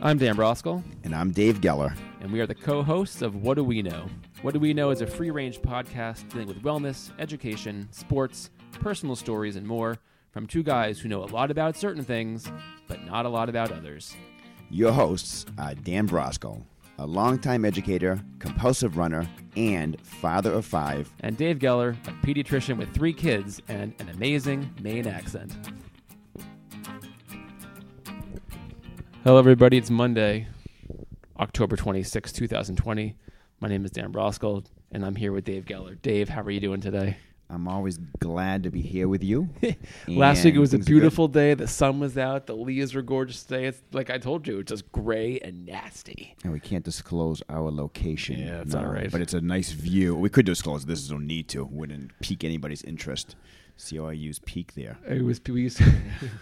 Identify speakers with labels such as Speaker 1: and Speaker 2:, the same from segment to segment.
Speaker 1: I'm Dan Broskell,
Speaker 2: And I'm Dave Geller.
Speaker 1: and we are the co hosts of What Do We Know? What Do We Know is a free range podcast dealing with wellness, education, sports, personal stories, and more from two guys who know a lot about certain things, but not a lot about others.
Speaker 2: Your hosts are Dan Broskell, a longtime educator, compulsive runner, and father of five.
Speaker 1: And Dave Geller, a pediatrician with three kids and an amazing Maine accent. Hello, everybody. It's Monday, October twenty sixth, 2020. My name is Dan Broskell, and I'm here with Dave Geller. Dave, how are you doing today?
Speaker 2: I'm always glad to be here with you.
Speaker 1: Last week it
Speaker 2: And
Speaker 1: was a
Speaker 2: things are good.
Speaker 1: beautiful day. The sun was out. The leaves were gorgeous today. It's like I told you, it's just gray and nasty.
Speaker 2: And we can't disclose our location.
Speaker 1: Yeah, it's all right.
Speaker 2: But it's a nice view. We could disclose this, no need to. Wouldn't pique anybody's interest. See how I use peak there.
Speaker 1: It was we used to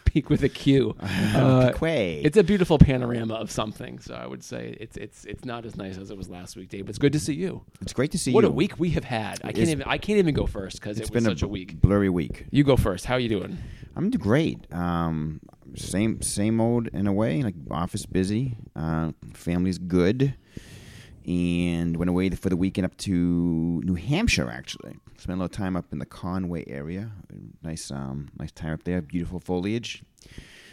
Speaker 1: peak with a Q. Uh,
Speaker 2: Quay.
Speaker 1: It's a beautiful panorama of something. So I would say it's it's it's not as nice as it was last week, Dave. But it's good to see you.
Speaker 2: It's great to see
Speaker 1: What
Speaker 2: you.
Speaker 1: a week we have had. I can't
Speaker 2: It's-
Speaker 1: even I can't even go first because it
Speaker 2: It's
Speaker 1: was
Speaker 2: been
Speaker 1: such a,
Speaker 2: bl-
Speaker 1: week.
Speaker 2: blurry week.
Speaker 1: You go first. How you doing?
Speaker 2: I'm doing great. Um, same same old in a way. Like office busy, uh, family's good, and went away for the weekend up to New Hampshire. Actually, spent a little time up in the Conway area. Nice um, nice time up there. Beautiful foliage,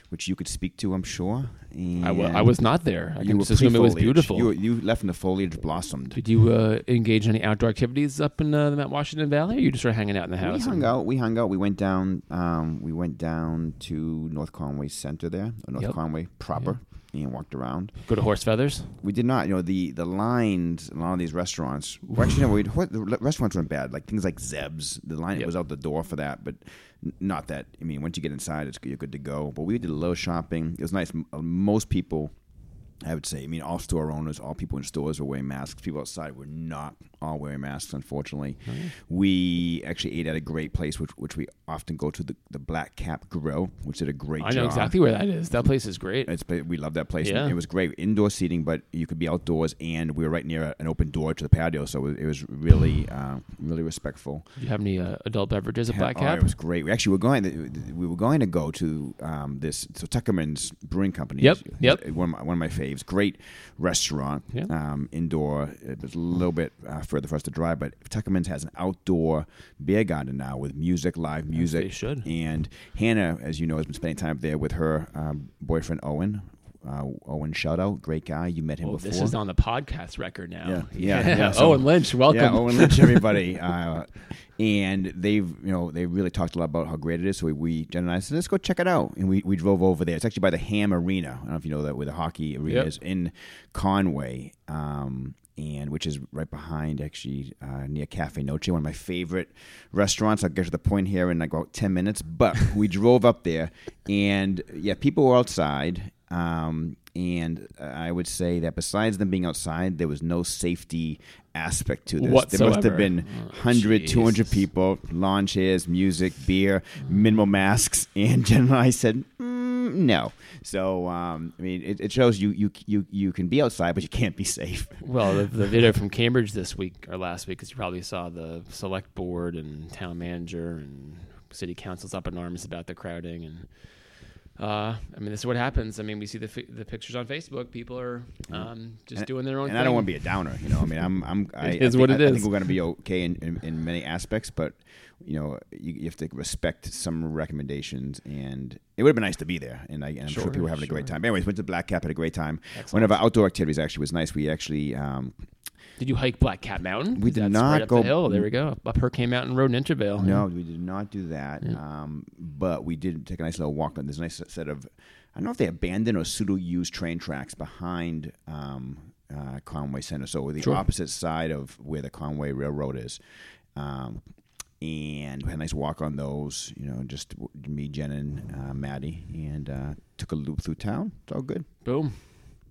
Speaker 2: which you could speak to, I'm sure. And
Speaker 1: I, wa- I was not there. I
Speaker 2: You
Speaker 1: can
Speaker 2: were
Speaker 1: just assume it was
Speaker 2: pre-foliage.
Speaker 1: beautiful.
Speaker 2: You, were- you left and the foliage blossomed.
Speaker 1: Did you uh, engage in any outdoor activities up in uh, the Mount Washington Valley, or you just were hanging out in the house?
Speaker 2: We hung out. We hung out. We went down. Um, we went down to North Conway Center there, or North
Speaker 1: Yep.
Speaker 2: Conway proper, and walked around.
Speaker 1: Go to horse feathers.
Speaker 2: We did not, you know, the the lines in a lot of these restaurants. Well, actually, no, we'd, what- the restaurants weren't bad. Like things like Zeb's, the line
Speaker 1: Yep.
Speaker 2: was out the door for that, but n- not that. I mean, once you get inside, it's you're good to go. But we did a little shopping. It was nice. M- uh, Most people. I would say, I mean, all store owners, all people in stores were wearing masks. People outside were not all wearing masks, unfortunately.
Speaker 1: Mm-hmm.
Speaker 2: We actually ate at a great place, which, which we often go to, the, the Black Cap Grill, which did a great
Speaker 1: I
Speaker 2: job.
Speaker 1: know exactly where that is. That place is great.
Speaker 2: It's we love that place.
Speaker 1: Yeah.
Speaker 2: It was great indoor seating, but you could be outdoors, and we were right near an open door to the patio, so it was really, uh, really respectful.
Speaker 1: Do you have any uh, adult beverages at Black
Speaker 2: Oh,
Speaker 1: Cap?
Speaker 2: it was great. We actually were going. To, we were going to go to um, this so Tuckerman's Brewing Company.
Speaker 1: Yep,
Speaker 2: is uh,
Speaker 1: yep.
Speaker 2: One of my, one of my faves. Great restaurant.
Speaker 1: Yeah.
Speaker 2: Um, indoor. It was a little bit uh, further for us to drive, but Tuckerman's has an outdoor beer garden now with music, live music.
Speaker 1: they should.
Speaker 2: And Hannah, as you know, has been spending time there with her um, boyfriend Owen. Uh, Owen, shout out, great guy. You met him
Speaker 1: Well,
Speaker 2: before.
Speaker 1: this is on the podcast record now.
Speaker 2: Yeah, yeah, yeah. So-
Speaker 1: Owen Lynch, welcome.
Speaker 2: Yeah, oh. Owen Lynch, everybody. uh, and they've, you know, they really talked a lot about how great it is. So we, we Jen and I said, let's go check it out. And we, we drove over there. It's actually by the Ham Arena. I don't know if you know that, where the hockey arena
Speaker 1: Yep.
Speaker 2: is in Conway. Um, and which is right behind, actually, uh, near Cafe Noche, one of my favorite restaurants. I'll get to the point here in like about 10 minutes. But we drove up there, and yeah, people were outside. Um, and I would say that besides them being outside, there was no safety aspect to this. There must
Speaker 1: Whatsoever.
Speaker 2: have been
Speaker 1: Oh,
Speaker 2: 100, 200
Speaker 1: Jesus.
Speaker 2: people, lawn chairs, music, beer, minimal masks. And Jen and I said, mm, no. So, um, I mean, it, it shows you, you, you, you can be outside, but you can't be safe.
Speaker 1: Well, the, the video from Cambridge this week or last week, because you probably saw the select board and town manager and city councils up in arms about the crowding. And uh, I mean, this is what happens. I mean, we see the fi- the pictures on Facebook. People are um, just
Speaker 2: Mm-hmm. And-
Speaker 1: doing their own.
Speaker 2: And
Speaker 1: thing.
Speaker 2: I don't want to be a downer, you know. I mean, I'm, I'm. I,
Speaker 1: It is
Speaker 2: I think,
Speaker 1: what it
Speaker 2: I, I
Speaker 1: is.
Speaker 2: think we're going to be okay in, in, in many aspects, but you know, you, you have to respect some recommendations. And it would have been nice to be there, and, I, and I'm sure,
Speaker 1: Sure,
Speaker 2: people were having a
Speaker 1: sure.
Speaker 2: great time. Anyways, went to Black Cap, had a great time. One
Speaker 1: Excellent.
Speaker 2: of our outdoor activities actually was nice. We actually um,
Speaker 1: Did you hike Black Cat Mountain?
Speaker 2: We
Speaker 1: 'Cause
Speaker 2: did
Speaker 1: that's
Speaker 2: not
Speaker 1: right up
Speaker 2: go-
Speaker 1: the hill. There we go. Up Hurricane Mountain Road in Intervale.
Speaker 2: No, we did not do that. Um, but we did take a nice little walk. There's a nice set of, I don't know if they abandoned or pseudo used train tracks behind um, uh, Conway Center. So the
Speaker 1: Sure.
Speaker 2: opposite side of where the Conway Railroad is. Um, and we had a nice walk on those, you know, just w- me, Jen, and uh, Maddie, and uh, took a loop through town. It's all good.
Speaker 1: Boom.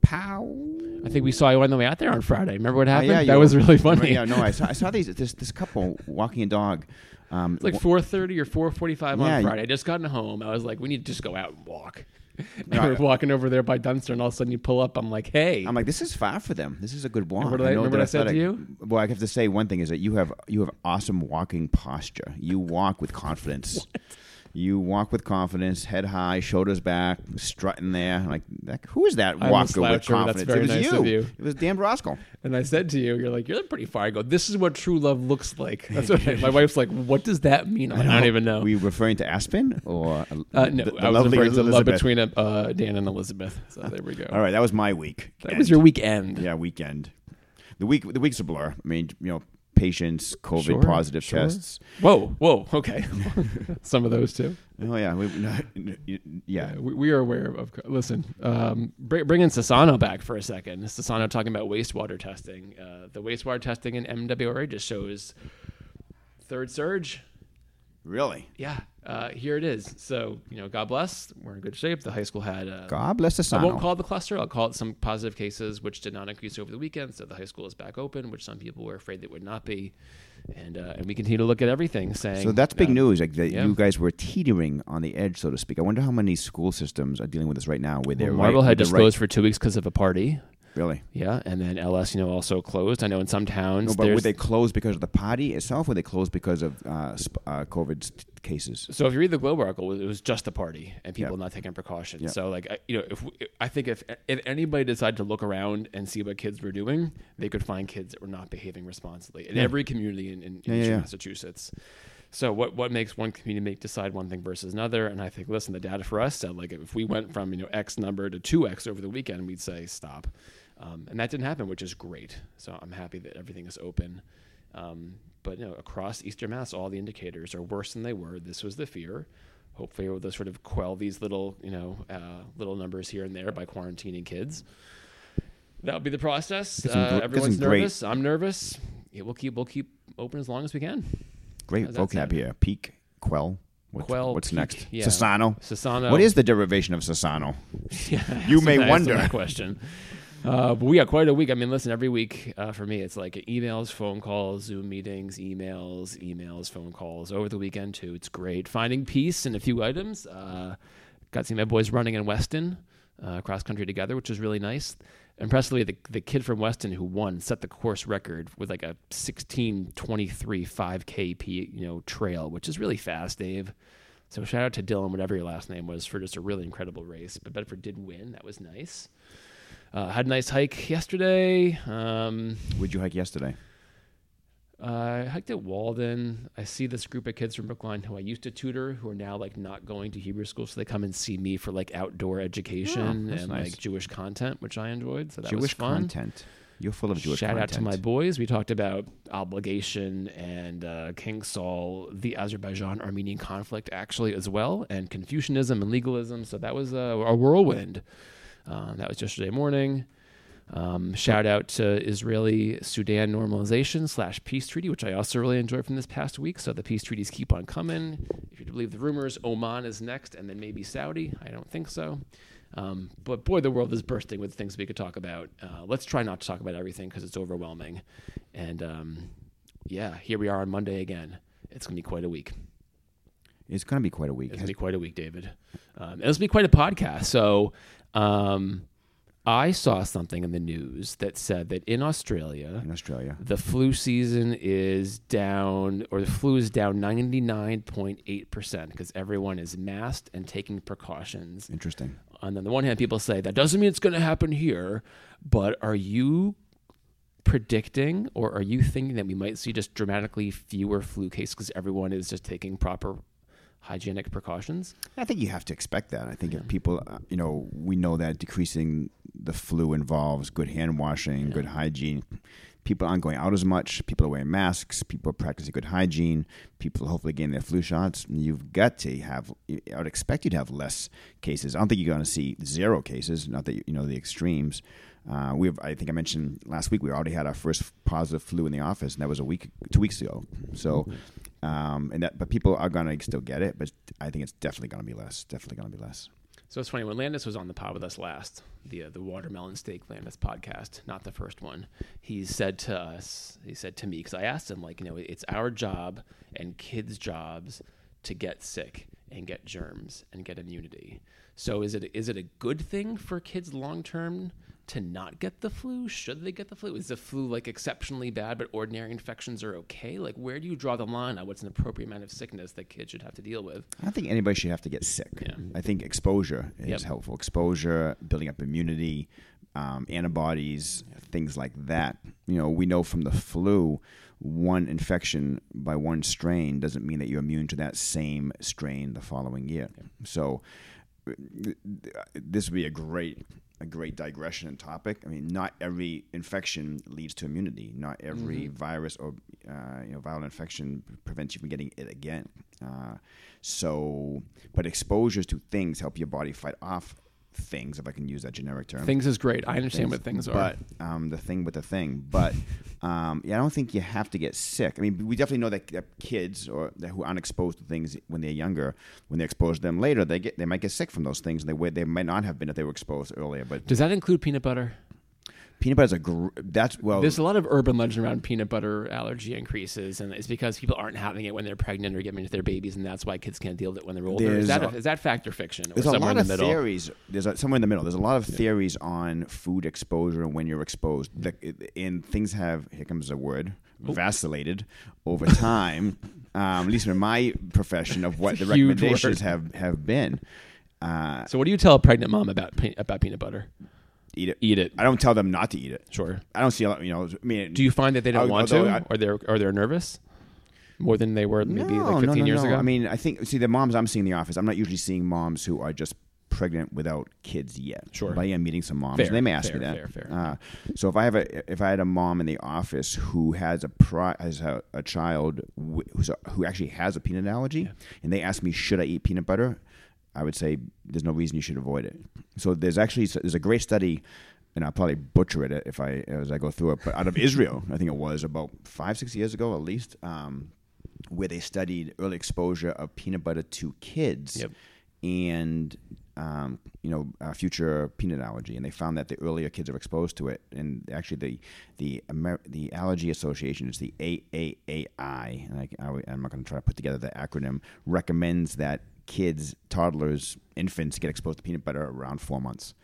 Speaker 2: Pow!
Speaker 1: I think we saw you on the way out there on Friday. Remember what happened?
Speaker 2: Oh, yeah,
Speaker 1: that
Speaker 2: you-
Speaker 1: was really funny.
Speaker 2: Yeah, no, I saw, I saw these this this couple walking a dog. Um,
Speaker 1: It's like four thirty or four forty-five
Speaker 2: Yeah,
Speaker 1: on
Speaker 2: you-
Speaker 1: Friday. I just gotten home. I was like, we need to just go out and walk. And
Speaker 2: No,
Speaker 1: we're
Speaker 2: I-
Speaker 1: walking over there by Dunster, and all of a sudden you pull up. I'm like, hey,
Speaker 2: I'm like, this is far for them. This is a good walk.
Speaker 1: Remember what I-
Speaker 2: know
Speaker 1: remember what I said to
Speaker 2: athletic-
Speaker 1: you?
Speaker 2: Well, I have to say one thing is that you have you have awesome walking posture. You walk with confidence. You walk with confidence, head high, shoulders back, strutting there. Like, that, who is that
Speaker 1: I'm a
Speaker 2: walker with
Speaker 1: sloucher, that's
Speaker 2: confidence?
Speaker 1: very
Speaker 2: it was
Speaker 1: nice
Speaker 2: you.
Speaker 1: of you.
Speaker 2: It was Dan Broskell.
Speaker 1: And I said to you, you're like, you're pretty far. I go, this is what true love looks like. That's what I- my wife's like. What does that mean? I'm like, I don't even know.
Speaker 2: Were you referring to Aspen or uh,
Speaker 1: uh, no,
Speaker 2: the- the
Speaker 1: I was
Speaker 2: lovely
Speaker 1: referring to love
Speaker 2: Elizabeth?
Speaker 1: between uh, uh, Dan and Elizabeth. So there we go.
Speaker 2: All right, that was my week.
Speaker 1: That was your weekend.
Speaker 2: yeah weekend. The week the week's a blur. I mean, you know, patients, COVID
Speaker 1: Sure,
Speaker 2: positive
Speaker 1: sure.
Speaker 2: tests.
Speaker 1: Whoa, whoa, okay. Some of those too.
Speaker 2: Oh yeah, we, yeah.
Speaker 1: We, we are aware of. Listen, um, bring, bring in Sasano back for a second. Sasano talking about wastewater testing. Uh, the wastewater testing in MWRA just shows third surge.
Speaker 2: Really?
Speaker 1: Yeah, uh, here it is. So you know, God bless. We're in good shape. The high school had. Uh,
Speaker 2: God bless the
Speaker 1: I
Speaker 2: sun.
Speaker 1: won't call it the cluster. I'll call it some positive cases, which did not increase over the weekend. So the high school is back open, which some people were afraid they would not be, and uh, and we continue to look at everything saying.
Speaker 2: so that's big
Speaker 1: uh,
Speaker 2: news. Like that,
Speaker 1: yeah.
Speaker 2: you guys were teetering on the edge, so to speak. I wonder how many school systems are dealing with this right now. Where they're
Speaker 1: Well,
Speaker 2: right-
Speaker 1: Marble had
Speaker 2: they're right-
Speaker 1: disclosed for two weeks because of a party.
Speaker 2: really.
Speaker 1: Yeah, and then LS, you know, also closed. I know in some towns
Speaker 2: No, but
Speaker 1: there's.
Speaker 2: would they close because of the party itself? Or they close because of uh, sp- uh, COVID t- cases?
Speaker 1: so if you read the Globe article, it was just a party and people
Speaker 2: Yep.
Speaker 1: not taking precautions.
Speaker 2: Yep.
Speaker 1: So like, I, you know, if we, I think if if anybody decided to look around and see what kids were doing, they could find kids that were not behaving responsibly in every community in, in, in
Speaker 2: Yeah, yeah,
Speaker 1: Eastern
Speaker 2: yeah.
Speaker 1: Massachusetts. So what what makes one community make decide one thing versus another? And I think listen, the data for us said like if we went from you know X number to two X over the weekend, we'd say stop, um, and that didn't happen, which is great. So I'm happy that everything is open. Um, but you know across Eastern Mass, all the indicators are worse than they were. This was the fear. Hopefully, we'll sort of quell these little you know uh, little numbers here and there by quarantining kids. That'll be the process.
Speaker 2: some gr-
Speaker 1: Uh,
Speaker 2: get
Speaker 1: everyone's
Speaker 2: some great-
Speaker 1: nervous. I'm nervous. Yeah, we'll keep we'll keep open as long as we can.
Speaker 2: Great
Speaker 1: How's that
Speaker 2: vocab
Speaker 1: sound?
Speaker 2: here. Peak, quell. What's,
Speaker 1: Quell,
Speaker 2: what's
Speaker 1: peak,
Speaker 2: next?
Speaker 1: yeah.
Speaker 2: Sassano.
Speaker 1: Sasano.
Speaker 2: What is the derivation of Sassano?
Speaker 1: Yeah,
Speaker 2: You
Speaker 1: I
Speaker 2: may
Speaker 1: asked him
Speaker 2: wonder.
Speaker 1: that question. Uh, but we got quite a week. I mean, listen, every week uh, for me, it's like emails, phone calls, Zoom meetings, emails, emails, phone calls over the weekend too. It's great finding peace in a few items. Uh, got to see my boys running in Weston, uh, cross country together, which was really nice. Impressively, the the kid from Weston who won set the course record with like a sixteen twenty three five k p you know trail, which is really fast, Dave. So shout out to Dylan, whatever your last name was, for just a really incredible race. But Bedford did win. That was nice. Uh, had a nice hike yesterday. Um,
Speaker 2: Would you hike yesterday?
Speaker 1: I hiked at Walden. I see this group of kids from Brookline who I used to tutor, who are now like not going to Hebrew school, so they come and see me for like outdoor education
Speaker 2: Oh, that's
Speaker 1: and
Speaker 2: nice.
Speaker 1: like Jewish content, which I enjoyed. So that was
Speaker 2: Jewish
Speaker 1: fun.
Speaker 2: content. You're full of Jewish
Speaker 1: Shout
Speaker 2: content.
Speaker 1: out to my boys. We talked about obligation and uh, King Saul, the Azerbaijan Armenian conflict, actually, as well, and Confucianism and legalism. So that was a, a whirlwind. Um, that was yesterday morning. Um, shout out to Israeli Sudan normalization slash peace treaty, which I also really enjoyed from this past week. So the peace treaties keep on coming. If you believe the rumors, Oman is next, and then maybe Saudi. I don't think so. Um, but boy, the world is bursting with things we could talk about. Uh, let's try not to talk about everything because it's overwhelming. And um, yeah, here we are on Monday again. It's going to be quite a week.
Speaker 2: It's going to be quite a week.
Speaker 1: It's gonna be quite a week, David. Um, it's gonna be quite a podcast. So, um, I saw something in the news that said that in Australia,
Speaker 2: in Australia.
Speaker 1: the flu season is down, or the flu is down ninety nine point eight percent because everyone is masked and taking precautions.
Speaker 2: Interesting.
Speaker 1: And on the one hand, people say that doesn't mean it's going to happen here, but are you predicting or are you thinking that we might see just dramatically fewer flu cases because everyone is just taking proper hygienic precautions?
Speaker 2: I think you have to expect that. I think if people, uh, you know, we know that decreasing the flu involves good hand washing, good hygiene. People aren't going out as much. People are wearing masks. People are practicing good hygiene. People are hopefully getting their flu shots. You've got to have. I would expect you to have less cases. I don't think you're going to see zero cases. Not that you you know the extremes. Uh, we have. I think I mentioned last week we already had our first positive flu in the office, and that was a week, two weeks ago. So, um, and that, but people are going to still get it. But I think it's definitely going to be less. Definitely going to be less.
Speaker 1: So it's funny when Landis was on the pod with us last, the uh, the watermelon steak Landis podcast, not the first one. He said to us, he said to me, because I asked him like, you know, it's our job and kids' jobs to get sick and get germs and get immunity. So is it is it a good thing for kids long term to not get the flu? Should they get the flu? Is the flu like exceptionally bad, but ordinary infections are okay? Like, where do you draw the line on what's an appropriate amount of sickness that kids should have to deal with?
Speaker 2: I don't think anybody should have to get sick.
Speaker 1: Yeah.
Speaker 2: I think exposure is
Speaker 1: Yep.
Speaker 2: helpful. Exposure, building up immunity, um, antibodies, things like that. You know, we know from the flu, one infection by one strain doesn't mean that you're immune to that same strain the following year. So, uh, th- th- this would be a great. A great digression and topic. I mean, not every infection leads to immunity. Not every
Speaker 1: Mm-hmm.
Speaker 2: virus or uh, you know viral infection prevents you from getting it again. Uh, so, but exposures to things help your body fight off things, if I can use that generic term.
Speaker 1: Things is great. I understand what things are.
Speaker 2: But um, the thing with the thing, but um, yeah, I don't think you have to get sick. I mean, we definitely know that, that kids or that who aren't exposed to things when they're younger, when they're exposed to them later, they get they might get sick from those things. And they would- they might not have been if they were exposed earlier. But
Speaker 1: Does that include peanut butter?
Speaker 2: peanut butter is a gr- that's well.
Speaker 1: There's a lot of urban legend around peanut butter allergy increases, and it's because people aren't having it when they're pregnant or giving it to their babies, and that's why kids can't deal with it when they're older.
Speaker 2: There's
Speaker 1: Is that,
Speaker 2: a-
Speaker 1: a, is that fact or fiction? Or
Speaker 2: there's a
Speaker 1: somewhere
Speaker 2: lot
Speaker 1: in
Speaker 2: of
Speaker 1: the middle?
Speaker 2: theories. There's a, somewhere in the middle. There's a lot of theories on food exposure and when you're exposed. The, and things have here comes a word
Speaker 1: Oh.
Speaker 2: vacillated over time. um, at least in my profession, of what
Speaker 1: It's a
Speaker 2: the
Speaker 1: huge
Speaker 2: recommendations
Speaker 1: word.
Speaker 2: have have been. Uh,
Speaker 1: So, what do you tell a pregnant mom about pe- about peanut butter?
Speaker 2: eat it.
Speaker 1: Eat it.
Speaker 2: I don't tell them not to eat it.
Speaker 1: Sure.
Speaker 2: I don't see a lot. You know, I mean,
Speaker 1: Do you find that they don't
Speaker 2: Al-
Speaker 1: want
Speaker 2: although
Speaker 1: to,
Speaker 2: I-
Speaker 1: or they're or they're nervous more than they were maybe
Speaker 2: no,
Speaker 1: like
Speaker 2: no,
Speaker 1: 15
Speaker 2: no,
Speaker 1: years
Speaker 2: no.
Speaker 1: ago?
Speaker 2: I mean, I think see the moms I'm seeing in the office. I'm not usually seeing moms who are just pregnant without kids yet.
Speaker 1: Sure.
Speaker 2: but I am meeting some moms.
Speaker 1: Fair,
Speaker 2: and they may ask
Speaker 1: fair,
Speaker 2: me that.
Speaker 1: fair, fair.
Speaker 2: Uh, so if I have a if I had a mom in the office who has a pri- has a, a child wh- who's a, who actually has a peanut allergy, and they ask me should I eat peanut butter, I would say there's no reason you should avoid it. So there's actually there's a great study. And I'll probably butcher it if I as I go through it. But out of Israel, I think it was about five six years ago at least, um, where they studied early exposure of peanut butter to kids
Speaker 1: Yep.
Speaker 2: and um, you know uh, future peanut allergy, and they found that the earlier kids are exposed to it, and actually the the Amer- the allergy association is the AAAI, and I, I, w- I'm not going to try to put together the acronym. Recommends that kids, toddlers, infants get exposed to peanut butter around four months,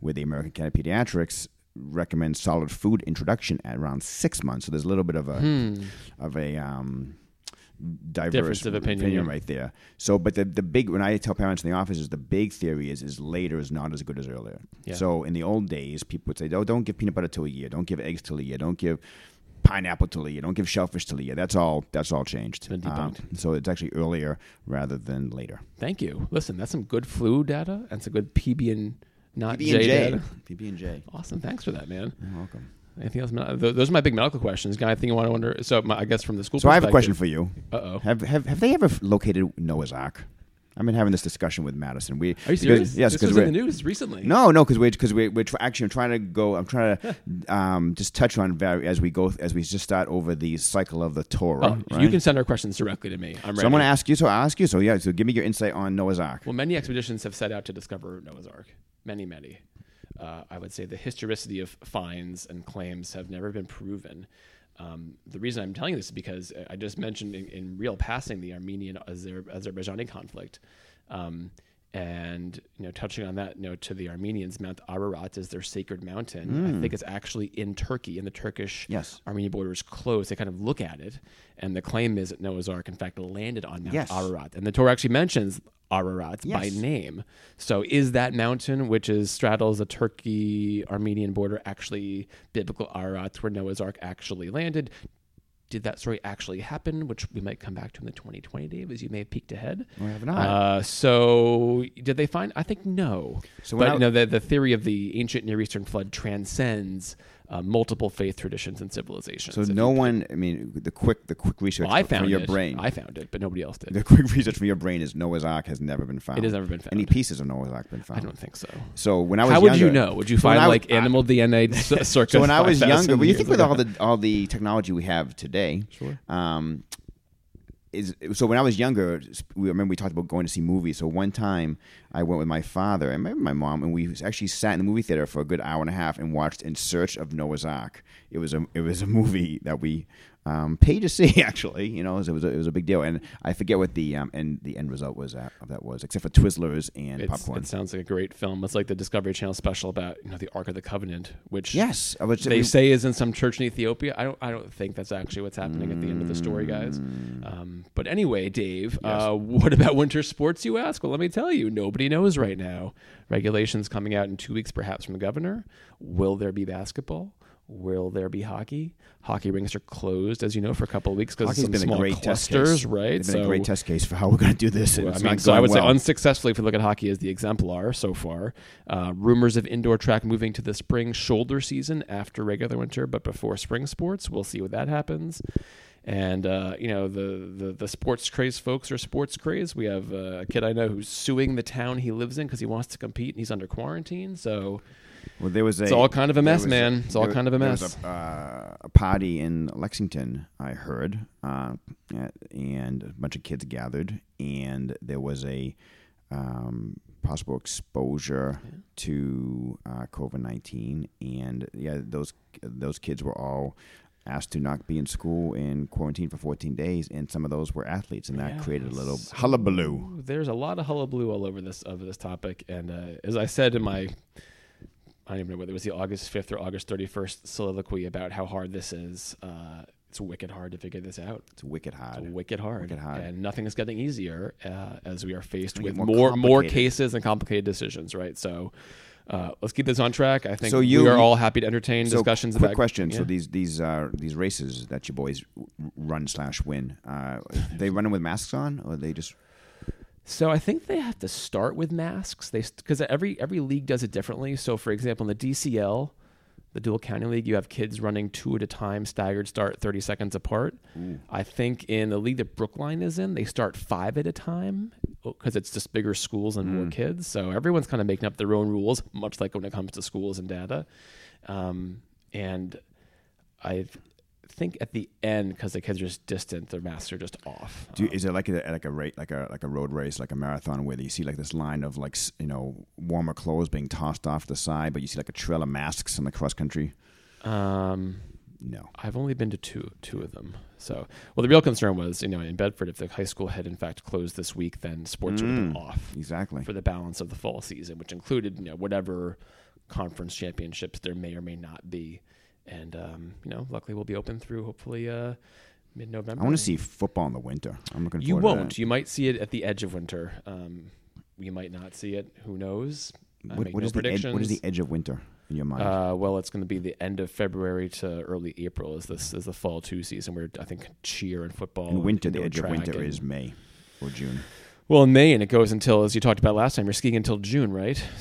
Speaker 2: where the American Academy of Pediatrics recommends solid food introduction at around six months. So there's a little bit of
Speaker 1: Hmm.
Speaker 2: a of a um, diverse
Speaker 1: Difference of opinion, yeah.
Speaker 2: right there. So, but the the big when I tell parents in the office is the big theory is is later is not as good as earlier.
Speaker 1: Yeah.
Speaker 2: So in the old days, people would say, "Oh, don't give peanut butter till a year. Don't give eggs till a year. Don't give." Pineapple till a year. Don't give shellfish till a year. That's all. That's all changed. Um,
Speaker 1: been debunked.
Speaker 2: so it's actually earlier rather than later.
Speaker 1: Thank you. Listen, that's some good flu data and some good PB and not
Speaker 2: PB
Speaker 1: J
Speaker 2: and
Speaker 1: data.
Speaker 2: J. PB and J.
Speaker 1: Awesome. Thanks for that, man.
Speaker 2: You're welcome.
Speaker 1: Anything else? Mel- th- Those are my big medical questions. Guy, thing you want to wonder. So, my, I guess from the school.
Speaker 2: So I have a question for you.
Speaker 1: Uh oh.
Speaker 2: Have have have they ever located Noah's Ark? I've been having this discussion with Madison. We
Speaker 1: Are you
Speaker 2: because-
Speaker 1: serious?
Speaker 2: Yes,
Speaker 1: this
Speaker 2: because
Speaker 1: was in
Speaker 2: we're
Speaker 1: the news recently.
Speaker 2: No, no, because we're because we're, we're tr- actually I'm trying to go. I'm trying to um, just touch on var- as we go as we just start over the cycle of the
Speaker 1: Oh,
Speaker 2: Torah.
Speaker 1: You
Speaker 2: right?
Speaker 1: can send our questions directly to me. I'm ready.
Speaker 2: so I'm going to ask you. So I will ask you. So yeah. So give me your insight on Noah's Ark.
Speaker 1: Well, many expeditions have set out to discover Noah's Ark. Many, many. Uh, I would say the historicity of finds and claims have never been proven. Um, the reason I'm telling you this is because I just mentioned in, in real passing the Armenian Azer- Azerbaijani conflict. Um, and you know, touching on that, you know, to the Armenians, Mount Ararat is their sacred mountain. I think it's actually in Turkey, in the Turkish
Speaker 2: Yes.
Speaker 1: Armenian border is closed. They kind of look at it, and the claim is that Noah's Ark, in fact, landed on Mount
Speaker 2: Yes.
Speaker 1: Ararat. And the Torah actually mentions Ararat by
Speaker 2: Yes.
Speaker 1: name. So is that mountain, which is straddles the Turkey Armenian border, actually biblical Ararat, where Noah's Ark actually landed? Did that story actually happen? Which we might come back to in the 2020, Dave, as you may have peeked ahead.
Speaker 2: I have not.
Speaker 1: Uh, so did they find? I think no.
Speaker 2: So when
Speaker 1: but
Speaker 2: I-
Speaker 1: you know, the, the theory of the ancient Near Eastern flood transcends uh, multiple faith traditions and civilizations.
Speaker 2: so
Speaker 1: If
Speaker 2: no
Speaker 1: you-
Speaker 2: one. I mean, the quick the quick research
Speaker 1: well, I
Speaker 2: for-
Speaker 1: found
Speaker 2: for your
Speaker 1: it.
Speaker 2: brain.
Speaker 1: I found it, but nobody else did.
Speaker 2: the quick research for your brain is Noah's Ark has never been found.
Speaker 1: It has never been found.
Speaker 2: Any pieces of Noah's Ark been found?
Speaker 1: I don't think so.
Speaker 2: So when I was
Speaker 1: How would you
Speaker 2: younger-
Speaker 1: know? Would you
Speaker 2: So when
Speaker 1: find
Speaker 2: I was-
Speaker 1: like animal DNA c- circa?
Speaker 2: So when I was
Speaker 1: 5,000
Speaker 2: younger, well, you
Speaker 1: years
Speaker 2: think with
Speaker 1: ago?
Speaker 2: all the all the technology we have today,
Speaker 1: Sure.
Speaker 2: Um, is so when I was younger, we remember we talked about going to see movies. So one time I went with my father and maybe my mom, and we actually sat in the movie theater for a good hour and a half and watched In Search of Noah's Ark. It was a it was a movie that we um, paid to see. Actually, you know, it was it was a, it was a big deal, and I forget what the um, end the end result was that, of that was, except for Twizzlers and
Speaker 1: It's,
Speaker 2: popcorn.
Speaker 1: it sounds like a great film. It's like the Discovery Channel special about you know the Ark of the Covenant, which
Speaker 2: yes, I would
Speaker 1: they say is in some church in Ethiopia. I don't I don't think that's actually what's happening at the end of the story, guys.
Speaker 2: Mm.
Speaker 1: Um, but anyway, Dave, uh, what about winter sports? You ask. Well, let me tell you, nobody knows right now. Regulations coming out in two weeks, perhaps from the governor. Will there be basketball? Will there be hockey? Hockey rinks are closed, as you know, for a couple of weeks because
Speaker 2: Hockey's
Speaker 1: some
Speaker 2: been a
Speaker 1: small
Speaker 2: great test
Speaker 1: clusters,
Speaker 2: case.
Speaker 1: right?
Speaker 2: It's been a great test case for how we're going to do this. and
Speaker 1: Well, I
Speaker 2: it's
Speaker 1: mean,
Speaker 2: not
Speaker 1: so I
Speaker 2: going
Speaker 1: would say
Speaker 2: well.
Speaker 1: unsuccessfully if we look at hockey as the exemplar so far. Uh, rumors of indoor track moving to the spring shoulder season after regular winter, but before spring sports. We'll see what that happens. And uh, you know the, the the sports craze folks are sports craze. We have uh, a kid I know who's suing the town he lives in because he wants to compete and he's under quarantine. So
Speaker 2: Well, there was a,
Speaker 1: It's all kind of a mess,
Speaker 2: there was
Speaker 1: man. It's all
Speaker 2: there-
Speaker 1: kind of a
Speaker 2: there was
Speaker 1: mess.
Speaker 2: a, uh, a party in Lexington, I heard, uh, at- and a bunch of kids gathered, and there was a um, possible exposure to uh, COVID nineteen, and yeah, those those kids were all asked to not be in school and quarantine for 14 days and some of those were athletes and that
Speaker 1: Yeah,
Speaker 2: created a little
Speaker 1: so-
Speaker 2: hullabaloo
Speaker 1: There's a lot of hullabaloo all over this over this topic, and uh, as I said in my, I don't even know whether it was the August 5th or August 31st soliloquy about how hard this is. Uh, it's wicked hard to figure this out.
Speaker 2: it's wicked hard
Speaker 1: It's wicked hard,
Speaker 2: Wicked hard.
Speaker 1: and nothing is getting easier uh, as we are faced
Speaker 2: gonna
Speaker 1: with
Speaker 2: get more
Speaker 1: more more
Speaker 2: complicated.
Speaker 1: cases and complicated decisions. Right, so. Uh, let's keep this on track. I think
Speaker 2: So you-
Speaker 1: we are all happy to entertain
Speaker 2: So,
Speaker 1: discussions
Speaker 2: quick
Speaker 1: about
Speaker 2: question. So
Speaker 1: Yeah.
Speaker 2: these these uh, these races that you boys r- run slash win, uh, they run them with masks on, or they just
Speaker 1: So I think they have to start with masks. They because every every league does it differently. So for example, in the DCL, the dual county league, you have kids running two at a time, staggered start, thirty seconds apart. I think in the league that Brookline is in, they start five at a time because it's just bigger schools and more kids. So everyone's kind of making up their own rules, much like when it comes to schools and data. Um, and I think at the end, because the kids are just distant, their masks are just off.
Speaker 2: do? Is it like a like a rate like a like a road race, like a marathon, where you see like this line of like s- you know warmer clothes being tossed off the side, but you see like a trail of masks in the cross country?
Speaker 1: Um,
Speaker 2: No.
Speaker 1: I've only been to two two of them. So, well, the real concern was, you know, in Bedford, if the high school had in fact closed this week, then sports would have been
Speaker 2: Mm.
Speaker 1: off
Speaker 2: Exactly.
Speaker 1: for the balance of the fall season, which included, you know, whatever conference championships there may or may not be. And um, you know, luckily we'll be open through hopefully uh, mid November.
Speaker 2: I want to see football in the winter. I'm looking.
Speaker 1: You
Speaker 2: forward to
Speaker 1: won't.
Speaker 2: that.
Speaker 1: You might see it at the edge of winter. Um, you might not see it. Who knows? I
Speaker 2: What,
Speaker 1: make
Speaker 2: what
Speaker 1: no
Speaker 2: is the edge, what is
Speaker 1: predictions.
Speaker 2: the edge of winter in your mind?
Speaker 1: Uh, well, it's going to be the end of February to early April. Is this is the fall two season where I think cheer and football
Speaker 2: in winter, the
Speaker 1: indoor
Speaker 2: edge of
Speaker 1: track
Speaker 2: winter
Speaker 1: and-
Speaker 2: is May or June.
Speaker 1: well in May, and it goes until as you talked about last time. You're skiing until June, right?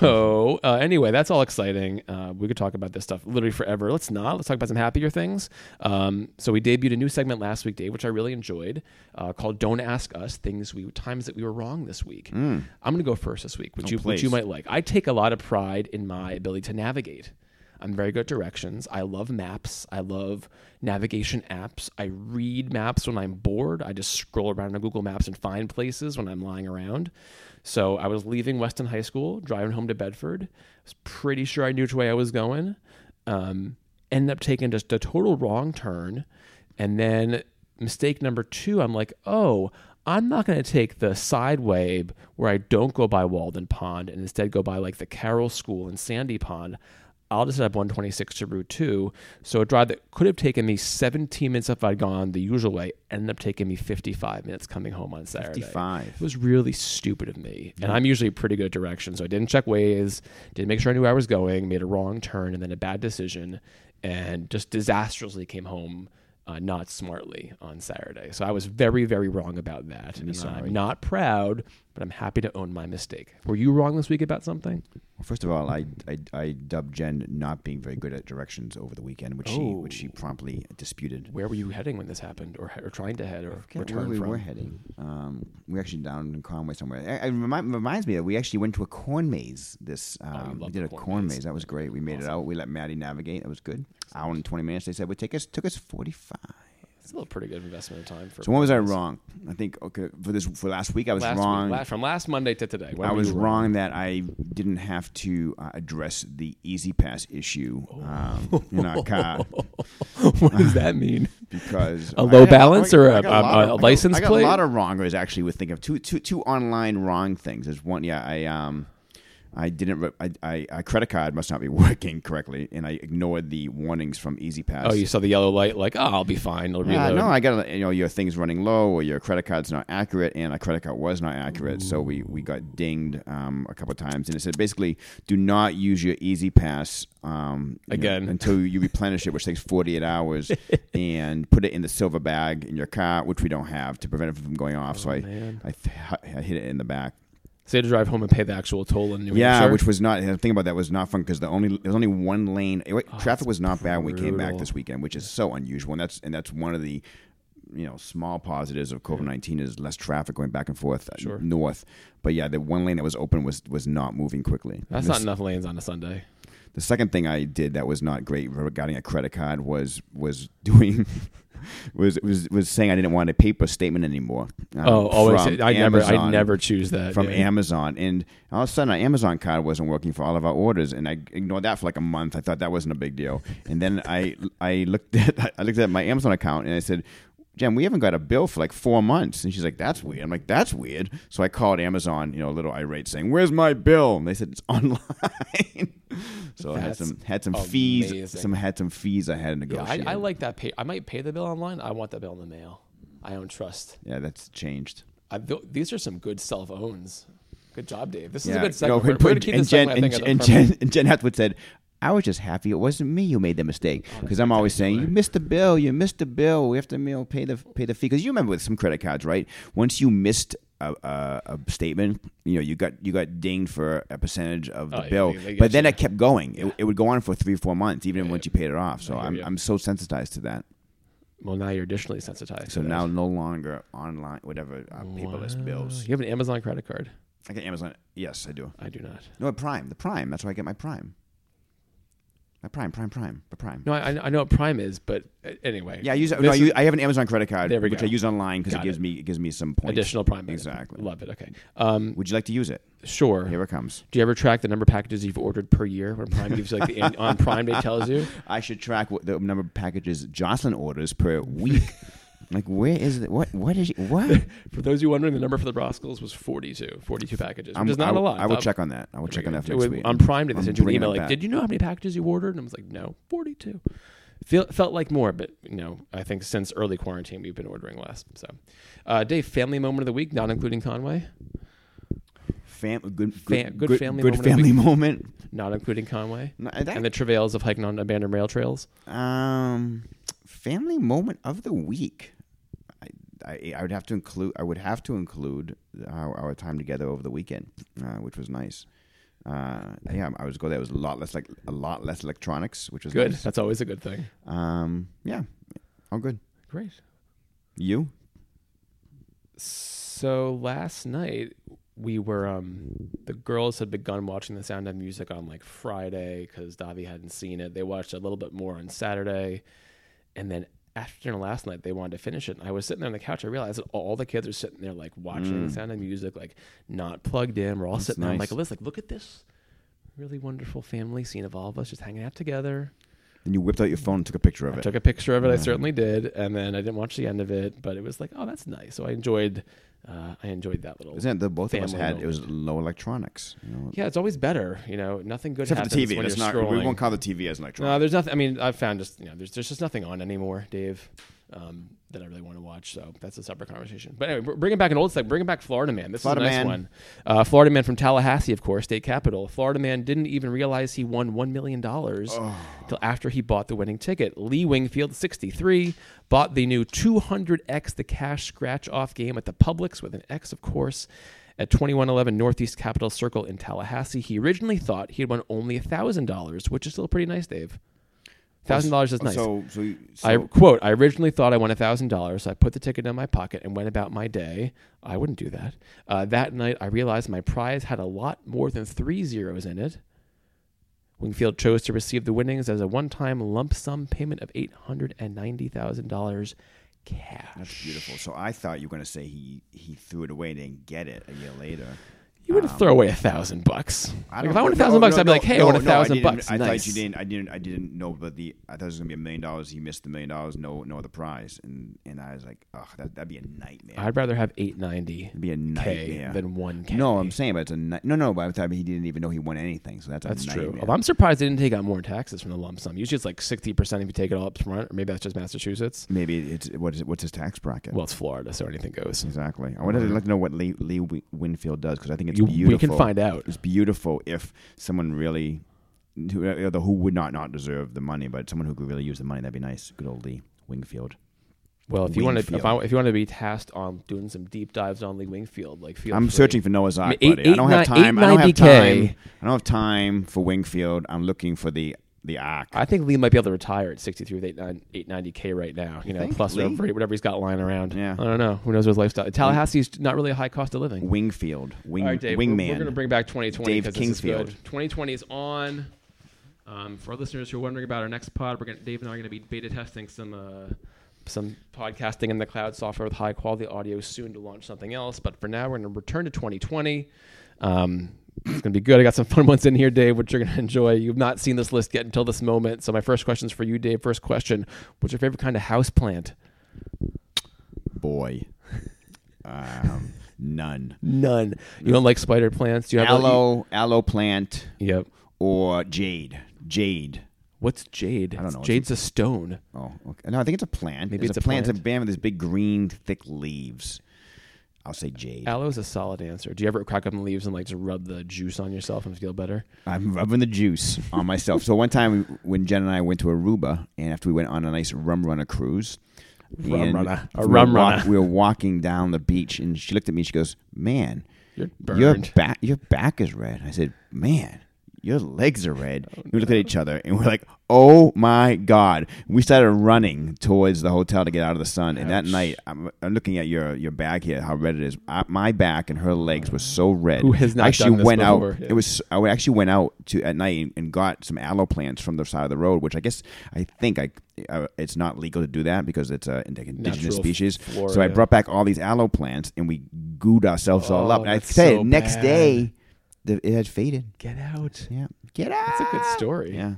Speaker 1: So uh, anyway, that's all exciting. Uh, we could talk about this stuff literally forever. Let's not. Let's talk about some happier things. Um, so we debuted a new segment last week, Dave, which I really enjoyed, uh, called "Don't Ask Us Things We Times That We Were Wrong This Week."
Speaker 2: Hmm.
Speaker 1: I'm going to go first this week, which you which you
Speaker 2: please.
Speaker 1: might like. I take a lot of pride in my ability to navigate. I'm very good at directions. I love maps. I love navigation apps. I read maps when I'm bored. I just scroll around on Google Maps and find places when I'm lying around. So I was leaving Weston High School, driving home to Bedford. I was pretty sure I knew which way I was going. Um, ended up taking just a total wrong turn. And then mistake number two, I'm like, oh, I'm not going to take the side way where I don't go by Walden Pond and instead go by like the Carroll School and Sandy Pond. I'll just have 126 to Route 2. So a drive that could have taken me 17 minutes if I'd gone the usual way ended up taking me 55 minutes coming home on Saturday.
Speaker 2: 55.
Speaker 1: It was really stupid of me. And I'm usually pretty good at direction. So I didn't check ways, didn't make sure I knew where I was going, made a wrong turn and then a bad decision, and just disastrously came home uh, not smartly on Saturday. So I was very, very wrong about that. And I'm not proud, but I'm happy to own my mistake. Were you wrong this week about something?
Speaker 2: Well, first of all, I, I I dubbed Jen not being very good at directions over the weekend, which she which she promptly disputed.
Speaker 1: Where were you heading when this happened, or, he- or trying to head, or
Speaker 2: where
Speaker 1: return
Speaker 2: we
Speaker 1: from?
Speaker 2: were heading, um, we actually down in Conway somewhere. It, it remind, reminds me that we actually went to a corn maze. This um, we
Speaker 1: love
Speaker 2: did
Speaker 1: the
Speaker 2: a
Speaker 1: corn
Speaker 2: corn,
Speaker 1: maze.
Speaker 2: maze. That was great. We made it out. We let Maddie navigate. That was good. Hour and twenty minutes. They said would take us took us forty five.
Speaker 1: It's still a pretty good investment of time for.
Speaker 2: So when was I
Speaker 1: podcasts.
Speaker 2: wrong? I think okay for this for last week I was
Speaker 1: Last week-
Speaker 2: wrong.
Speaker 1: la- from last Monday to today. When
Speaker 2: I
Speaker 1: were
Speaker 2: was
Speaker 1: you
Speaker 2: wrong, that I didn't have to uh, address the Easy Pass issue um, in our car
Speaker 1: what does that mean?
Speaker 2: because
Speaker 1: A
Speaker 2: I
Speaker 1: low
Speaker 2: had-
Speaker 1: balance or
Speaker 2: I
Speaker 1: a-
Speaker 2: got lot
Speaker 1: a-
Speaker 2: of-
Speaker 1: a
Speaker 2: I got-
Speaker 1: license
Speaker 2: I got
Speaker 1: plate?
Speaker 2: a lot of wrongers actually. With thinking of two two two online wrong things. There's one. Yeah, I um. I didn't. Re- I, I, I credit card must not be working correctly, and I ignored the warnings from Easy Pass.
Speaker 1: Oh, you saw the yellow light. Like, oh, I'll be fine. It'll
Speaker 2: Yeah,
Speaker 1: reload.
Speaker 2: no, I got you know your thing's running low, or your credit card's not accurate, and our credit card was not accurate, so we we got dinged um, a couple of times, and it said basically do not use your Easy Pass um, you know,
Speaker 1: Again.
Speaker 2: until you replenish it, which takes forty eight hours, and put it in the silver bag in your car, which we don't have to prevent it from going off. so I
Speaker 1: Oh, man.
Speaker 2: I, th- I hit it in the back.
Speaker 1: So you had to drive home and pay the actual toll in New
Speaker 2: Yeah,
Speaker 1: Hampshire?
Speaker 2: which was not. The thing about that was not fun because the only there was only one lane. it- traffic was not bad when we came back
Speaker 1: Oh, brutal.
Speaker 2: this weekend, which is so unusual. And that's and that's one of the you know small positives of COVID nineteen is less traffic going back and forth uh,
Speaker 1: Sure.
Speaker 2: north. But yeah, the one lane that was open was was not moving quickly.
Speaker 1: that's
Speaker 2: And
Speaker 1: not
Speaker 2: this-
Speaker 1: enough lanes on a Sunday.
Speaker 2: the second thing I did that was not great regarding a credit card was was doing. Was, was was saying I didn't want a paper statement anymore. um,
Speaker 1: oh, always.
Speaker 2: from
Speaker 1: I never. I
Speaker 2: Amazon
Speaker 1: never choose that
Speaker 2: from
Speaker 1: yeah.
Speaker 2: Amazon, and all of a sudden, our Amazon card wasn't working for all of our orders, and I ignored that for like a month. I thought that wasn't a big deal, and then I I looked at I looked at my Amazon account, and I said. Jen, we haven't got a bill for like four months, and she's like, "That's weird." I'm like, "That's weird." So I called Amazon, you know, a little irate, saying, "Where's my bill?" And they said it's online. so I had
Speaker 1: That's
Speaker 2: some had some fees,
Speaker 1: amazing.
Speaker 2: some had some fees I had to
Speaker 1: Yeah,
Speaker 2: negotiate.
Speaker 1: I, I like that. Pay. I might pay the bill online. I want that bill in the mail. I own trust.
Speaker 2: Yeah, that's changed.
Speaker 1: I, th- these are some good self owns. Good job, Dave. This is
Speaker 2: Yeah,
Speaker 1: a good
Speaker 2: you know,
Speaker 1: segment. We're, we're
Speaker 2: put-
Speaker 1: gonna keep
Speaker 2: and
Speaker 1: this
Speaker 2: Jen,
Speaker 1: segment, I
Speaker 2: and,
Speaker 1: think, as a
Speaker 2: and
Speaker 1: permanent-
Speaker 2: Jen, and Jen Hathaway said, I was just happy it wasn't me who made the mistake
Speaker 1: Oh,
Speaker 2: because I'm always saying you missed the bill, you missed the bill. We have to you know, pay the pay the fee because you remember with some credit cards, right? Once you missed a, a, a statement, you know you got you got dinged for a percentage of the
Speaker 1: Oh, yeah,
Speaker 2: bill,
Speaker 1: they- they
Speaker 2: but
Speaker 1: get
Speaker 2: then
Speaker 1: you.
Speaker 2: it kept going. It, it would go on for three four months, even once you paid it off. So
Speaker 1: I hear
Speaker 2: I'm
Speaker 1: you.
Speaker 2: I'm so sensitized to that.
Speaker 1: Well, now you're additionally sensitized. to
Speaker 2: So
Speaker 1: that.
Speaker 2: now no longer online whatever uh, paperless
Speaker 1: Wow.
Speaker 2: bills.
Speaker 1: You have an Amazon credit card.
Speaker 2: I get Amazon. Yes, I do.
Speaker 1: I do not.
Speaker 2: No, at Prime. The Prime. That's where I get my Prime. My Prime, Prime, Prime, the Prime.
Speaker 1: No, I, I know what Prime is, but uh, anyway.
Speaker 2: yeah, I use. No,
Speaker 1: This
Speaker 2: I,
Speaker 1: is
Speaker 2: use, I have an Amazon credit card,
Speaker 1: There we
Speaker 2: which
Speaker 1: go.
Speaker 2: I use online because it
Speaker 1: Got
Speaker 2: gives
Speaker 1: it.
Speaker 2: me it gives me some points.
Speaker 1: additional Prime. benefit.
Speaker 2: Exactly.
Speaker 1: Love it. Okay. Um,
Speaker 2: Would you like to use it?
Speaker 1: sure.
Speaker 2: Here it comes.
Speaker 1: Do you ever track the number of packages you've ordered per year? When Prime gives like the an- on Prime Day tells you.
Speaker 2: I should track what the number of packages Jocelyn orders per week. like, where is it? What? What is? She, what?
Speaker 1: For those of you wondering, the number for the Broskels was 42, 42 packages, which
Speaker 2: I'm-
Speaker 1: is not
Speaker 2: I,
Speaker 1: a lot. Um,
Speaker 2: I will
Speaker 1: Thought-
Speaker 2: check on that. I will check on that for
Speaker 1: It
Speaker 2: next
Speaker 1: was-
Speaker 2: week.
Speaker 1: On Prime Day, they
Speaker 2: I'm
Speaker 1: sent you an
Speaker 2: bringing
Speaker 1: email
Speaker 2: it
Speaker 1: like,
Speaker 2: back.
Speaker 1: "Did you know how many packages you ordered?" And I was like, "No, 42." Feel, felt like more, but you know, I think since early quarantine, we've been ordering less. So, uh, Dave, family moment of the week, not including Conway,
Speaker 2: Fam- good,
Speaker 1: Fam- good family
Speaker 2: good
Speaker 1: moment of the
Speaker 2: family moment.
Speaker 1: not including Conway,
Speaker 2: No, I- that-
Speaker 1: and the travails of hiking on abandoned rail trails.
Speaker 2: Um, family moment of the week. I, I, I would have to include. I would have to include our, our time together over the weekend, uh, which was nice. Uh, yeah, I was go there. It was a lot less like a lot less electronics, which was
Speaker 1: Good.
Speaker 2: nice.
Speaker 1: That's always a good thing.
Speaker 2: Um, yeah, all good.
Speaker 1: Great.
Speaker 2: You?
Speaker 1: So last night we were um the girls had begun watching The Sound of Music on like Friday because Davi hadn't seen it. They watched a little bit more on Saturday, and then after dinner last night they wanted to finish it. And I was sitting there on the couch. I realized that all the kids are sitting there like watching The Sound of Music, like not plugged in. We're all sitting there. I'm
Speaker 2: nice.
Speaker 1: like, Liz, like look at this really wonderful family scene of all of us just hanging out together.
Speaker 2: Then you whipped out your phone and took a picture of
Speaker 1: I
Speaker 2: it.
Speaker 1: took a picture of it. I certainly did, and then I didn't watch the end of it, but it was like, oh, that's nice. So I enjoyed, uh, I enjoyed that little.
Speaker 2: Isn't it the both of us
Speaker 1: Family
Speaker 2: had? It was low electronics. You know?
Speaker 1: Yeah, it's always better. You know, nothing good
Speaker 2: Except for
Speaker 1: happens
Speaker 2: the TV.
Speaker 1: when
Speaker 2: That's
Speaker 1: you're
Speaker 2: not.
Speaker 1: scrolling.
Speaker 2: We won't call the TV as an
Speaker 1: no,
Speaker 2: electronic.
Speaker 1: there's nothing. I mean, I've found just you know, there's there's just nothing on anymore, Dave, um, that I really want to watch. So that's a separate conversation. But anyway, br- bringing back an old seg, bringing back Florida Man. This
Speaker 2: Florida
Speaker 1: is a nice
Speaker 2: Man.
Speaker 1: one. Uh, Florida Man from Tallahassee, of course, state capital. Florida Man didn't even realize he won one million dollars
Speaker 2: Oh.
Speaker 1: till after he bought the winning ticket. Lee Wingfield, 63, bought the new 200x the cash scratch off game at the Publix with an X, of course. At 2111 Northeast Capitol Circle in Tallahassee, he originally thought he had won only $1,000, which is still pretty nice, Dave. $1,000 is nice.
Speaker 2: So, so, you- so
Speaker 1: I quote, I originally thought I won $1,000, so I put the ticket in my pocket and went about my day. I wouldn't do that. Uh, that night, I realized my prize had a lot more than three zeros in it. Wingfield chose to receive the winnings as a one time lump sum payment of $890,000
Speaker 2: That's
Speaker 1: cash.
Speaker 2: beautiful. So I thought you were going to say he he threw it away and didn't get it a year later.
Speaker 1: You wouldn't
Speaker 2: Um,
Speaker 1: throw away a thousand bucks.
Speaker 2: I
Speaker 1: Like,
Speaker 2: don't
Speaker 1: if I won a
Speaker 2: know.
Speaker 1: thousand
Speaker 2: No,
Speaker 1: bucks,
Speaker 2: no,
Speaker 1: I'd be like,
Speaker 2: no,
Speaker 1: "Hey, I won
Speaker 2: no,
Speaker 1: a
Speaker 2: no,
Speaker 1: thousand
Speaker 2: didn't-
Speaker 1: bucks."
Speaker 2: I thought
Speaker 1: Nice.
Speaker 2: you didn't. I didn't. I didn't know. But the I thought it was gonna be a million dollars. You missed the million dollars. No, no other prize. And and I was like, oh, that that'd be a nightmare.
Speaker 1: I'd rather have eight ninety
Speaker 2: That'd be a
Speaker 1: k
Speaker 2: nightmare.
Speaker 1: than one k.
Speaker 2: no, I'm saying, but it's a ni- no, no. But I thought he didn't even know he won anything. So that's a
Speaker 1: That's
Speaker 2: nightmare.
Speaker 1: true. Oh, I'm surprised they didn't take out more taxes from the lump sum. Usually it's like 60% if you take it all up front, or maybe that's just Massachusetts.
Speaker 2: Maybe it's what is it, what's his tax bracket?
Speaker 1: Well, it's Florida, so anything goes.
Speaker 2: exactly. I would like to know what Lee, Lee Wi- Winfield does because I think it's
Speaker 1: You,
Speaker 2: beautiful.
Speaker 1: we can find out.
Speaker 2: It's beautiful if someone really. Who, uh, who would not not deserve the money, but someone who could really use the money, that'd be nice. Good old Lee Wingfield.
Speaker 1: Well, if you want to, if,
Speaker 2: Wingfield.
Speaker 1: I, if you want to be tasked on doing some deep dives on Lee Wingfield, like feel
Speaker 2: I'm
Speaker 1: free.
Speaker 2: searching for Noah's Ark,
Speaker 1: eight-
Speaker 2: buddy. I don't have
Speaker 1: eight- nine-
Speaker 2: time. I don't have
Speaker 1: 890K.
Speaker 2: time. I don't have time for Wingfield. I'm looking for the the Ark.
Speaker 1: I think Lee might be able to retire at 63 with 890 k right now. You know,
Speaker 2: think,
Speaker 1: plus
Speaker 2: Lee?
Speaker 1: whatever, whatever he's got lying around.
Speaker 2: Yeah.
Speaker 1: I don't know. Who knows what his lifestyle? Tallahassee's not really a high cost of living.
Speaker 2: Wingfield, wing,
Speaker 1: All right, Dave. We're,
Speaker 2: wingman.
Speaker 1: we're going to bring back 2020.
Speaker 2: Dave
Speaker 1: 'cause this is
Speaker 2: Kingsfield.
Speaker 1: good. 2020 is on. Um, for our listeners who are wondering about our next pod, we're gonna, Dave and I are going to be beta testing some uh, some podcasting in the cloud software with high quality audio soon to launch something else. But for now, we're going to return to 2020. Um, it's going to be good. I got some fun ones in here, Dave, which you're going to enjoy. You've not seen this list yet until this moment. So my first question's for you, Dave. First question: What's your favorite kind of house plant?
Speaker 2: Boy, um, none.
Speaker 1: None. You don't like spider plants? Do you have a-
Speaker 2: Aloe, aloe plant,
Speaker 1: Yep.
Speaker 2: or jade. Jade.
Speaker 1: What's jade? I
Speaker 2: don't know.
Speaker 1: Jade's a stone.
Speaker 2: Oh, okay. no, I think it's a plant.
Speaker 1: Maybe it's a
Speaker 2: plant. It's
Speaker 1: plant.
Speaker 2: a band with these big green, thick leaves. I'll say jade.
Speaker 1: Aloe is a solid answer. Do you ever crack open the leaves and like just rub the juice on yourself and feel better?
Speaker 2: I'm rubbing the juice on myself. so one time when Jen and I went to Aruba, and after we went on a nice rum runner cruise,
Speaker 1: Rum
Speaker 2: and
Speaker 1: runner. A
Speaker 2: we
Speaker 1: rum
Speaker 2: were
Speaker 1: runner.
Speaker 2: we were walking down the beach, and she looked at me. She goes, "Man,
Speaker 1: You're
Speaker 2: your
Speaker 1: burned."
Speaker 2: back, your back is red." I said, "Man." Your legs are red. we looked at each other and we're like, "Oh my god!" We started running towards the hotel to get out of the sun. And that
Speaker 1: Ouch.
Speaker 2: night, I'm, I'm looking at your your back here, how red it is. I, my back and her legs were so red.
Speaker 1: Who has not
Speaker 2: I actually
Speaker 1: done this
Speaker 2: went
Speaker 1: before?
Speaker 2: out?
Speaker 1: Yeah.
Speaker 2: It was I actually went out to at night and, and got some aloe plants from the side of the road, which I guess I think I, uh it's not legal to do that because it's a ind- indigenous
Speaker 1: Natural
Speaker 2: species.
Speaker 1: flora,
Speaker 2: so I
Speaker 1: yeah.
Speaker 2: brought back all these aloe plants and we gooed ourselves all up.
Speaker 1: Oh,
Speaker 2: And I
Speaker 1: that's
Speaker 2: said
Speaker 1: so
Speaker 2: next
Speaker 1: bad.
Speaker 2: day, the, it had faded.
Speaker 1: Get out.
Speaker 2: Yeah, get out.
Speaker 1: That's a good story.
Speaker 2: Yeah,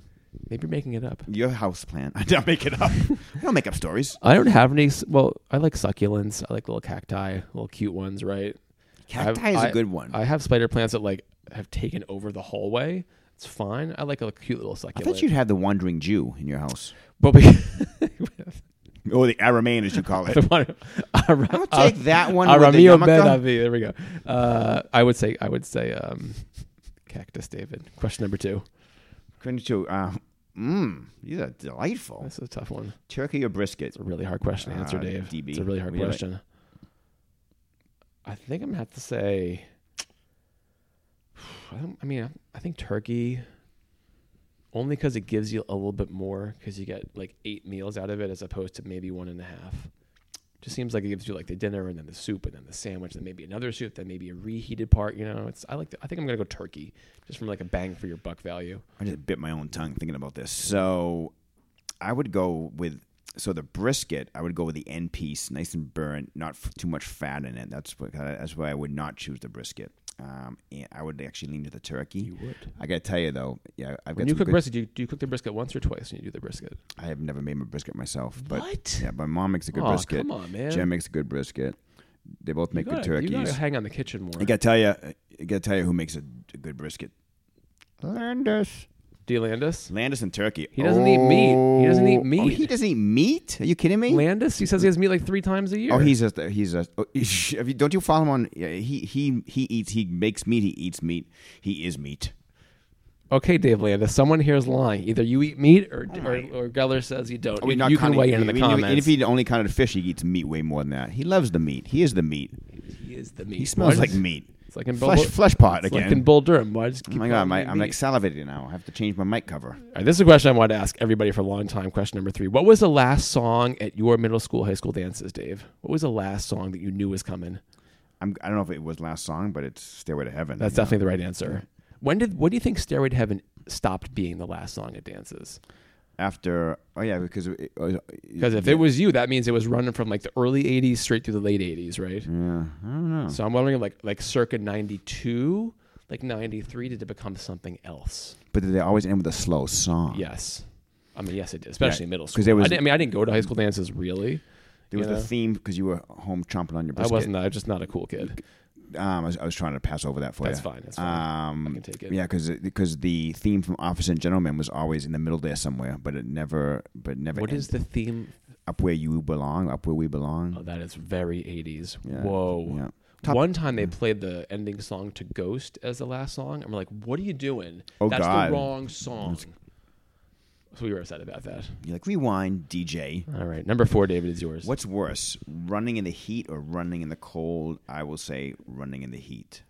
Speaker 1: Maybe you're making it up.
Speaker 2: your house plant. I don't make it up. I don't make up stories.
Speaker 1: I don't have any. s- Well, I like succulents. I like little cacti, little cute ones, right?
Speaker 2: Cacti
Speaker 1: I've-
Speaker 2: is
Speaker 1: I-
Speaker 2: a good one. I,
Speaker 1: I have spider plants that like have taken over the hallway. It's fine. I like a cute little succulent.
Speaker 2: thought you'd have the wandering Jew in your house,
Speaker 1: But we,
Speaker 2: or the Aramean as you call it.
Speaker 1: the one,
Speaker 2: I'll take that
Speaker 1: Ah,
Speaker 2: one. with the
Speaker 1: Aramio
Speaker 2: yarmulke.
Speaker 1: Benavi. There we go. Uh, I would say. I would say. Um, cactus, David. Question number two.
Speaker 2: Couldn't you? Uh, mm, these are delightful.
Speaker 1: This is a tough one.
Speaker 2: Turkey or brisket?
Speaker 1: It's a really hard question to answer,
Speaker 2: Uh,
Speaker 1: Dave.
Speaker 2: DB.
Speaker 1: It's a really hard
Speaker 2: We have it.
Speaker 1: question. I think I'm gonna have to say. I, don't, I mean, I think turkey. Only because it gives you a little bit more, because you get like eight meals out of it as opposed to maybe one and a half. Just seems like it gives you like the dinner and then the soup and then the sandwich, then maybe another soup, then maybe a reheated part. You know, it's I like. The, I think I'm gonna go turkey, just from like a bang for your buck value.
Speaker 2: I just bit my own tongue thinking about this. So I would go with so the brisket. I would go with the end piece, nice and burnt, not f- too much fat in it. That's what, that's why I would not choose the brisket. Um, and I would actually lean to the turkey.
Speaker 1: would.
Speaker 2: I gotta tell you though, yeah, I've got
Speaker 1: When you
Speaker 2: some
Speaker 1: cook
Speaker 2: good-
Speaker 1: brisket, do you, do you cook the brisket once or twice when you do the brisket?
Speaker 2: I have never made my brisket myself, but
Speaker 1: what?
Speaker 2: yeah, my mom makes a good
Speaker 1: Aw,
Speaker 2: brisket.
Speaker 1: Come on, man.
Speaker 2: Jen makes a good brisket. They both make
Speaker 1: you
Speaker 2: good
Speaker 1: gotta,
Speaker 2: turkeys.
Speaker 1: You gotta hang on the kitchen more.
Speaker 2: I gotta tell you, I gotta tell you who makes a, a good brisket. Landis,
Speaker 1: D. Landis.
Speaker 2: Landis and turkey.
Speaker 1: He doesn't eat meat. He doesn't eat
Speaker 2: Oh,
Speaker 1: meat.
Speaker 2: he doesn't eat meat. Are you kidding me?
Speaker 1: Landis. He says he has meat like three times a year.
Speaker 2: Oh, he's just he's just. Oh, have you, don't you follow him on? yeah, He he he eats. He makes meat. He eats meat. He is meat.
Speaker 1: okay, Dave Landis. Someone here is lying. Either you eat meat, or or,
Speaker 2: my.
Speaker 1: or Geller says you don't.
Speaker 2: Are we
Speaker 1: you
Speaker 2: not
Speaker 1: you can
Speaker 2: counting-
Speaker 1: weigh in in
Speaker 2: I
Speaker 1: the
Speaker 2: mean,
Speaker 1: comments.
Speaker 2: If he only counted fish, he eats meat way more than that. He loves the meat. He is the meat.
Speaker 1: he is the meat.
Speaker 2: He smells
Speaker 1: Why
Speaker 2: like
Speaker 1: does-
Speaker 2: meat.
Speaker 1: It's like in Bull,
Speaker 2: Flesh, flesh pot
Speaker 1: it's
Speaker 2: again.
Speaker 1: like in Bull Durham. Why just
Speaker 2: oh
Speaker 1: keep
Speaker 2: my god,
Speaker 1: calling
Speaker 2: my,
Speaker 1: him
Speaker 2: I'm
Speaker 1: meat?
Speaker 2: like salivating now. I have to change my mic cover.
Speaker 1: All right, this is a question I wanted to ask everybody for a long time. Question number three: What was the last song at your middle school, high school dances, Dave? What was the last song that you knew was coming?
Speaker 2: I'm, I don't know if it was last song, but it's Stairway to Heaven.
Speaker 1: That's definitely the right answer. When did what do you think Stairway to Heaven stopped being the last song it dances?
Speaker 2: after. Oh yeah, because it,
Speaker 1: Because if it was you, that means it was running from like the early '80s straight through the late '80s, right?
Speaker 2: yeah, I don't know.
Speaker 1: So I'm wondering, like, like circa '92, like '93, did it become something else?
Speaker 2: But did they always end with a slow song?
Speaker 1: Yes, I mean, yes, it did, especially in middle school.
Speaker 2: 'Cause there was-
Speaker 1: I, didn't- I mean, I didn't go to high school dances really.
Speaker 2: there was
Speaker 1: you
Speaker 2: the
Speaker 1: know?
Speaker 2: theme because you were home chomping on your
Speaker 1: I
Speaker 2: biscuit.
Speaker 1: wasn't. I was just not a cool kid.
Speaker 2: Um, I was, I was trying to pass over that for
Speaker 1: That's
Speaker 2: you.
Speaker 1: fine, that's fine.
Speaker 2: Um,
Speaker 1: I can take it.
Speaker 2: Yeah, because because the theme from Officer and Gentleman was always in the middle there somewhere, but it never, but never.
Speaker 1: What
Speaker 2: end-
Speaker 1: is the theme?
Speaker 2: up where you belong, up where we belong?
Speaker 1: Oh, that is very '80s.
Speaker 2: Yeah.
Speaker 1: Whoa.
Speaker 2: Yeah. Top- Hmm.
Speaker 1: One time they played the ending song to Ghost as the last song. I'm like, what are you doing?
Speaker 2: Oh,
Speaker 1: That's
Speaker 2: God.
Speaker 1: the wrong song. So we were upset about that.
Speaker 2: You're like rewind, DJ.
Speaker 1: All right. Number four, David, is yours.
Speaker 2: What's worse, running in the heat or running in the cold? I will say running in the heat.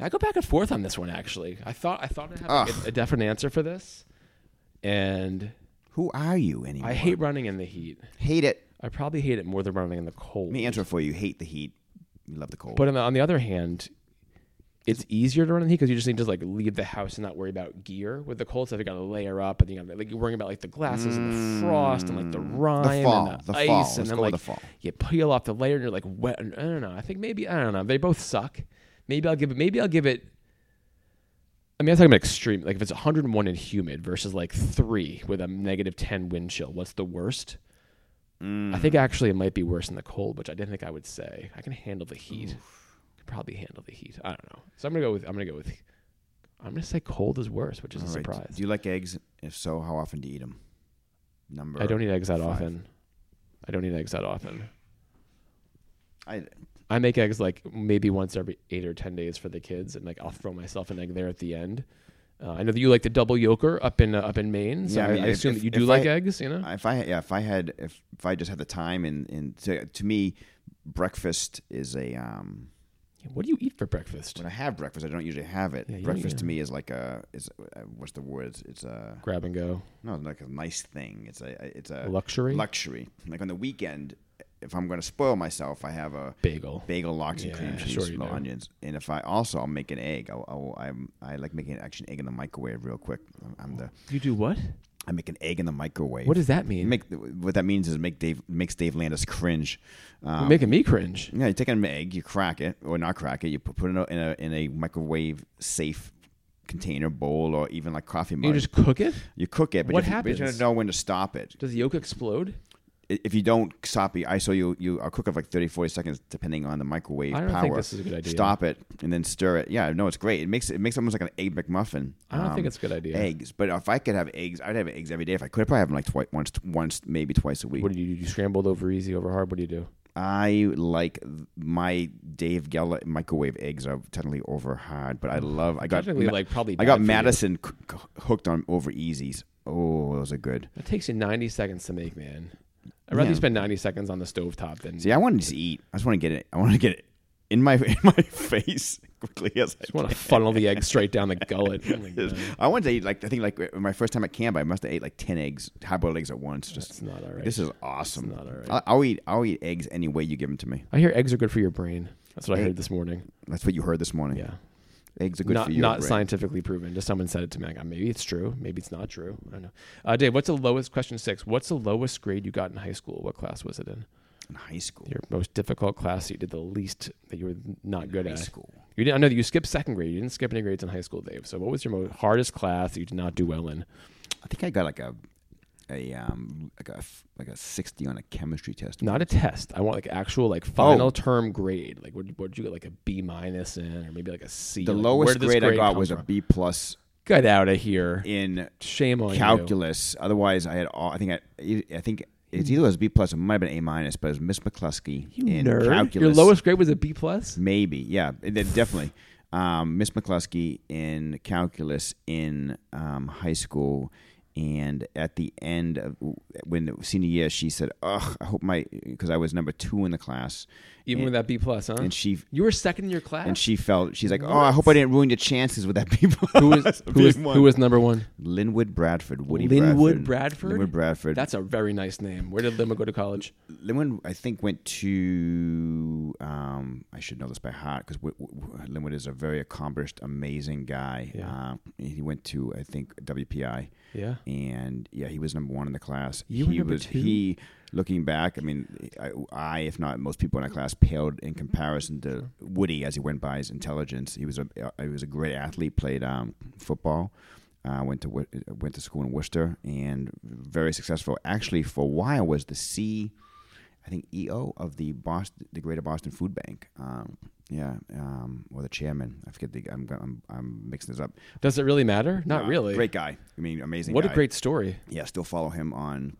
Speaker 1: I go back and forth on this one actually. I thought I thought I had like,
Speaker 2: Ugh.
Speaker 1: a, a definite answer for this. And
Speaker 2: Who are you anymore?
Speaker 1: I hate running in the heat.
Speaker 2: hate it.
Speaker 1: I probably hate it more than running in the cold.
Speaker 2: Let me answer for you. Hate the heat. You love the cold.
Speaker 1: But on the, on the other hand, it's easier to run in the heat because you just need to like leave the house and not worry about gear. With the cold stuff, you got to layer up, and you got like you're worrying about like the glasses and the frost and like the rime
Speaker 2: Mm, fall,
Speaker 1: and the,
Speaker 2: the
Speaker 1: ice,
Speaker 2: fall.
Speaker 1: and
Speaker 2: Let's
Speaker 1: then
Speaker 2: go with
Speaker 1: like
Speaker 2: the fall.
Speaker 1: you peel off the layer and you're like wet. And, I don't know. I think maybe I don't know. They both suck. Maybe I'll give it. Maybe I'll give it. I mean, I'm talking about extreme. Like if it's 101 and humid versus like three with a negative 10 wind chill, what's the worst? I think
Speaker 2: Mm. Mm-hmm.
Speaker 1: actually it might be worse in the cold, which I didn't think I would say. I can handle the heat. Could probably handle the heat. I don't know. So I'm gonna go with. I'm gonna go with. I'm gonna say cold is worse, which is a
Speaker 2: All right.
Speaker 1: surprise.
Speaker 2: Do you like eggs? If so, how often do you eat them? Number.
Speaker 1: I don't eat eggs that
Speaker 2: five.
Speaker 1: often. I don't eat eggs that often.
Speaker 2: I,
Speaker 1: I make eggs like maybe once every eight or ten days for the kids, and like I'll throw myself an egg there at the end. Uh, I know that you like the double yolker up in uh, up in Maine, so
Speaker 2: Yeah, I
Speaker 1: I,
Speaker 2: mean,
Speaker 1: I
Speaker 2: if-
Speaker 1: assume
Speaker 2: if-
Speaker 1: that you
Speaker 2: if
Speaker 1: do like
Speaker 2: I-
Speaker 1: eggs. You know,
Speaker 2: if I yeah, if I had if, if I just had the time and and to, to me, breakfast is a um.
Speaker 1: what do you eat for breakfast?
Speaker 2: When I have breakfast, I don't usually have it.
Speaker 1: Yeah, you don't
Speaker 2: breakfast
Speaker 1: eat
Speaker 2: to me is like a is uh, what's the word? It's a
Speaker 1: Grab and go,
Speaker 2: no, like a nice thing. It's a it's a
Speaker 1: luxury
Speaker 2: luxury. Like on the weekend, if I'm going to spoil myself, I have a
Speaker 1: bagel.
Speaker 2: bagel, lox, and
Speaker 1: Yeah,
Speaker 2: cream cheese,
Speaker 1: sure
Speaker 2: with
Speaker 1: you
Speaker 2: no
Speaker 1: do.
Speaker 2: onions. And if I also I'll make an egg. I'll, I'll, I'm, I like making an action egg in the microwave real quick. I'm, I'm the
Speaker 1: You do what?
Speaker 2: I make an egg in the microwave.
Speaker 1: What does that mean?
Speaker 2: make? What that means is make Dave makes Dave Landis cringe.
Speaker 1: You're
Speaker 2: Um,
Speaker 1: making me cringe.
Speaker 2: yeah, you take an egg, you crack it or not crack it. You pu- put it in a in a, in a microwave safe container bowl or even like coffee mug.
Speaker 1: You just cook it.
Speaker 2: You cook it, but
Speaker 1: What
Speaker 2: you, but you
Speaker 1: happens?
Speaker 2: gotta know when to stop it.
Speaker 1: Does the yolk explode?
Speaker 2: I- If you don't stop it, I so you you I'll cook it for like 30, 40 seconds depending on the microwave
Speaker 1: I don't
Speaker 2: power.
Speaker 1: think this is a good idea.
Speaker 2: Stop it and then stir it. Yeah, no, it's great. It makes it makes almost like an egg McMuffin.
Speaker 1: I don't
Speaker 2: Um,
Speaker 1: think it's a good idea.
Speaker 2: Eggs, but if I could have eggs, I'd have eggs every day. If I could, I'd probably have them like twice, once, once maybe twice a week.
Speaker 1: What do you do? You scrambled over easy, over hard. What do you do?
Speaker 2: I like th- my Dave Geller microwave eggs are technically over hard, but I love. I got
Speaker 1: Technically,
Speaker 2: Ma-
Speaker 1: like probably.
Speaker 2: I
Speaker 1: bad
Speaker 2: got
Speaker 1: for you.
Speaker 2: Madison c- c- hooked on over easies. Oh, those are good.
Speaker 1: That takes you 90 seconds to make, man. I'd rather
Speaker 2: Yeah.
Speaker 1: you spend 90 seconds on the stovetop than
Speaker 2: See, I want to just eat. I just want to get it. I want to get it in my in my face quickly as I
Speaker 1: just want to funnel the egg straight down the gullet. Oh my
Speaker 2: can.
Speaker 1: God.
Speaker 2: I wanted to eat like I think like my first time at camp, I must have ate like ten eggs, hard boiled eggs at once. Just
Speaker 1: It's not all right.
Speaker 2: this is awesome.
Speaker 1: not all right.
Speaker 2: I'll, I'll eat. I'll eat eggs any way you give them to me.
Speaker 1: I hear eggs are good for your brain. That's what I
Speaker 2: Egg-
Speaker 1: heard this morning.
Speaker 2: That's what you heard this morning.
Speaker 1: Yeah.
Speaker 2: eggs are good
Speaker 1: not
Speaker 2: for you.
Speaker 1: not
Speaker 2: right?
Speaker 1: scientifically proven. Just someone said it to me. I got, maybe it's true. Maybe it's not true. I don't know. Uh, Dave, what's the lowest question six? What's the lowest grade you got in high school? What class was it in?
Speaker 2: in high school.
Speaker 1: Your most difficult class that you did the least that you were not good
Speaker 2: High
Speaker 1: at.
Speaker 2: school.
Speaker 1: You didn't, I know that you skipped second grade. You didn't skip any grades in high school, Dave. So what was your mo hardest class that you did not do well in?
Speaker 2: I think I got like a a um like a f- like a sixty on a chemistry test.
Speaker 1: Not a test. I want like actual like
Speaker 2: Oh.
Speaker 1: final term grade. Like what what did you get like a B minus in or maybe like a C?
Speaker 2: the
Speaker 1: Like, where
Speaker 2: lowest
Speaker 1: did this
Speaker 2: grade, I got
Speaker 1: come
Speaker 2: was a
Speaker 1: from?
Speaker 2: B plus
Speaker 1: Get out of here.
Speaker 2: in
Speaker 1: Shame on Oh, you.
Speaker 2: calculus. Otherwise, I had all. I think I I think it's either it was B plus or it might have been A minus, but it was Miss McCluskey
Speaker 1: Hmm. You
Speaker 2: in
Speaker 1: nerd.
Speaker 2: calculus.
Speaker 1: Your lowest grade was a B plus.
Speaker 2: maybe yeah, it- it definitely. Um, Miss McCluskey in calculus in um, high school. And at the end, of, when senior year, she said, "Ugh, I hope my," because I was number two in the class,
Speaker 1: Even
Speaker 2: and-
Speaker 1: with that B plus, huh?
Speaker 2: and she
Speaker 1: you were second in your class.
Speaker 2: and she felt she's like, "Oh, I hope I didn't ruin your chances with that people."
Speaker 1: who was who was, who was number one?
Speaker 2: Linwood Bradford? Woody
Speaker 1: Linwood Bradford?
Speaker 2: Linwood Bradford.
Speaker 1: That's a very nice name. Where did Lima go to college?
Speaker 2: Linwood. I think went to. Um, I should know this by heart because w- w- Linwood is a very accomplished, amazing guy.
Speaker 1: Yeah.
Speaker 2: Um, he went to I think WPI.
Speaker 1: Yeah.
Speaker 2: and yeah, he was number one in the class.
Speaker 1: You were
Speaker 2: he
Speaker 1: number
Speaker 2: was
Speaker 1: two?
Speaker 2: he. Looking back, I mean, I, I, if not most people in our class, paled in comparison to Woody as he went by his intelligence. He was a he was a great athlete. Played um, football. Uh, went to Wor- went to school in Worcester and very successful. Actually, for a while, was the C. I think EO of the Boston, the Greater Boston Food Bank. Um, yeah, um, or the chairman. I forget the. I'm I'm, I'm mixing this up.
Speaker 1: Does it really matter? Not
Speaker 2: Uh,
Speaker 1: really.
Speaker 2: Great guy. I mean, amazing.
Speaker 1: What a
Speaker 2: guy.
Speaker 1: great story.
Speaker 2: Yeah, still follow him on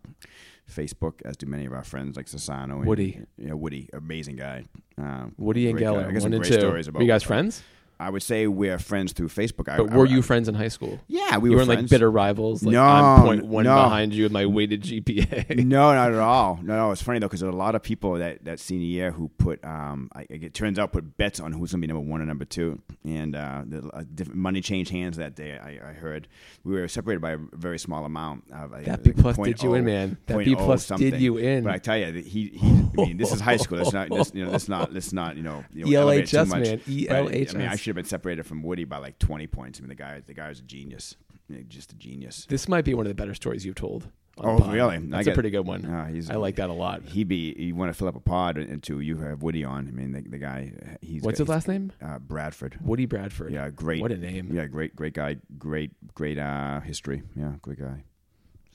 Speaker 2: Facebook, as do many of our friends like Sasano. And,
Speaker 1: Woody.
Speaker 2: Yeah, Woody, amazing guy. Um,
Speaker 1: Woody and
Speaker 2: great guy.
Speaker 1: Geller,
Speaker 2: I got some
Speaker 1: one and
Speaker 2: great
Speaker 1: two.
Speaker 2: stories about.
Speaker 1: Were you guys friends?
Speaker 2: I would say we're friends through Facebook. I,
Speaker 1: But
Speaker 2: I-
Speaker 1: were
Speaker 2: I-
Speaker 1: you friends in high school?
Speaker 2: Yeah, we
Speaker 1: you
Speaker 2: were
Speaker 1: weren't like
Speaker 2: friends.
Speaker 1: bitter rivals. Like
Speaker 2: No,
Speaker 1: I'm point one
Speaker 2: no.
Speaker 1: behind you with my weighted GPA.
Speaker 2: No, not at all. No, no. It's funny though because there are a lot of people that that senior year who put, um, I, it turns out, put bets on who's gonna be number one and number two, and uh, the, uh, different money changed hands that day. I, I heard we were separated by a very small amount. Of, I-
Speaker 1: That B
Speaker 2: like
Speaker 1: plus did you in, man. That
Speaker 2: 0.0
Speaker 1: B plus did
Speaker 2: something.
Speaker 1: you in.
Speaker 2: But I tell you, that he, he I mean, this is high school. That's not, that's, you know, that's not, that's not, you know, you
Speaker 1: E
Speaker 2: know elevate it too
Speaker 1: ELHS,
Speaker 2: much.
Speaker 1: man. E
Speaker 2: But, I mean, I
Speaker 1: ELHS.
Speaker 2: should have been separated from Woody by like twenty points. I mean, the guy, the guy was a genius, You know, just a genius.
Speaker 1: this might be one of the better stories you've told. on
Speaker 2: Oh,
Speaker 1: the pod.
Speaker 2: really? I
Speaker 1: That's a
Speaker 2: get-
Speaker 1: pretty good one.
Speaker 2: Ah, he's-
Speaker 1: I like that a lot.
Speaker 2: He'd be you want to fill up a pod into you have Woody on. I mean, the, the guy he's
Speaker 1: What's
Speaker 2: got-
Speaker 1: his last name?
Speaker 2: Uh, Bradford.
Speaker 1: Woody Bradford.
Speaker 2: Yeah, great.
Speaker 1: What a name.
Speaker 2: Yeah, great, great guy. Great, great uh, history. Yeah, great guy.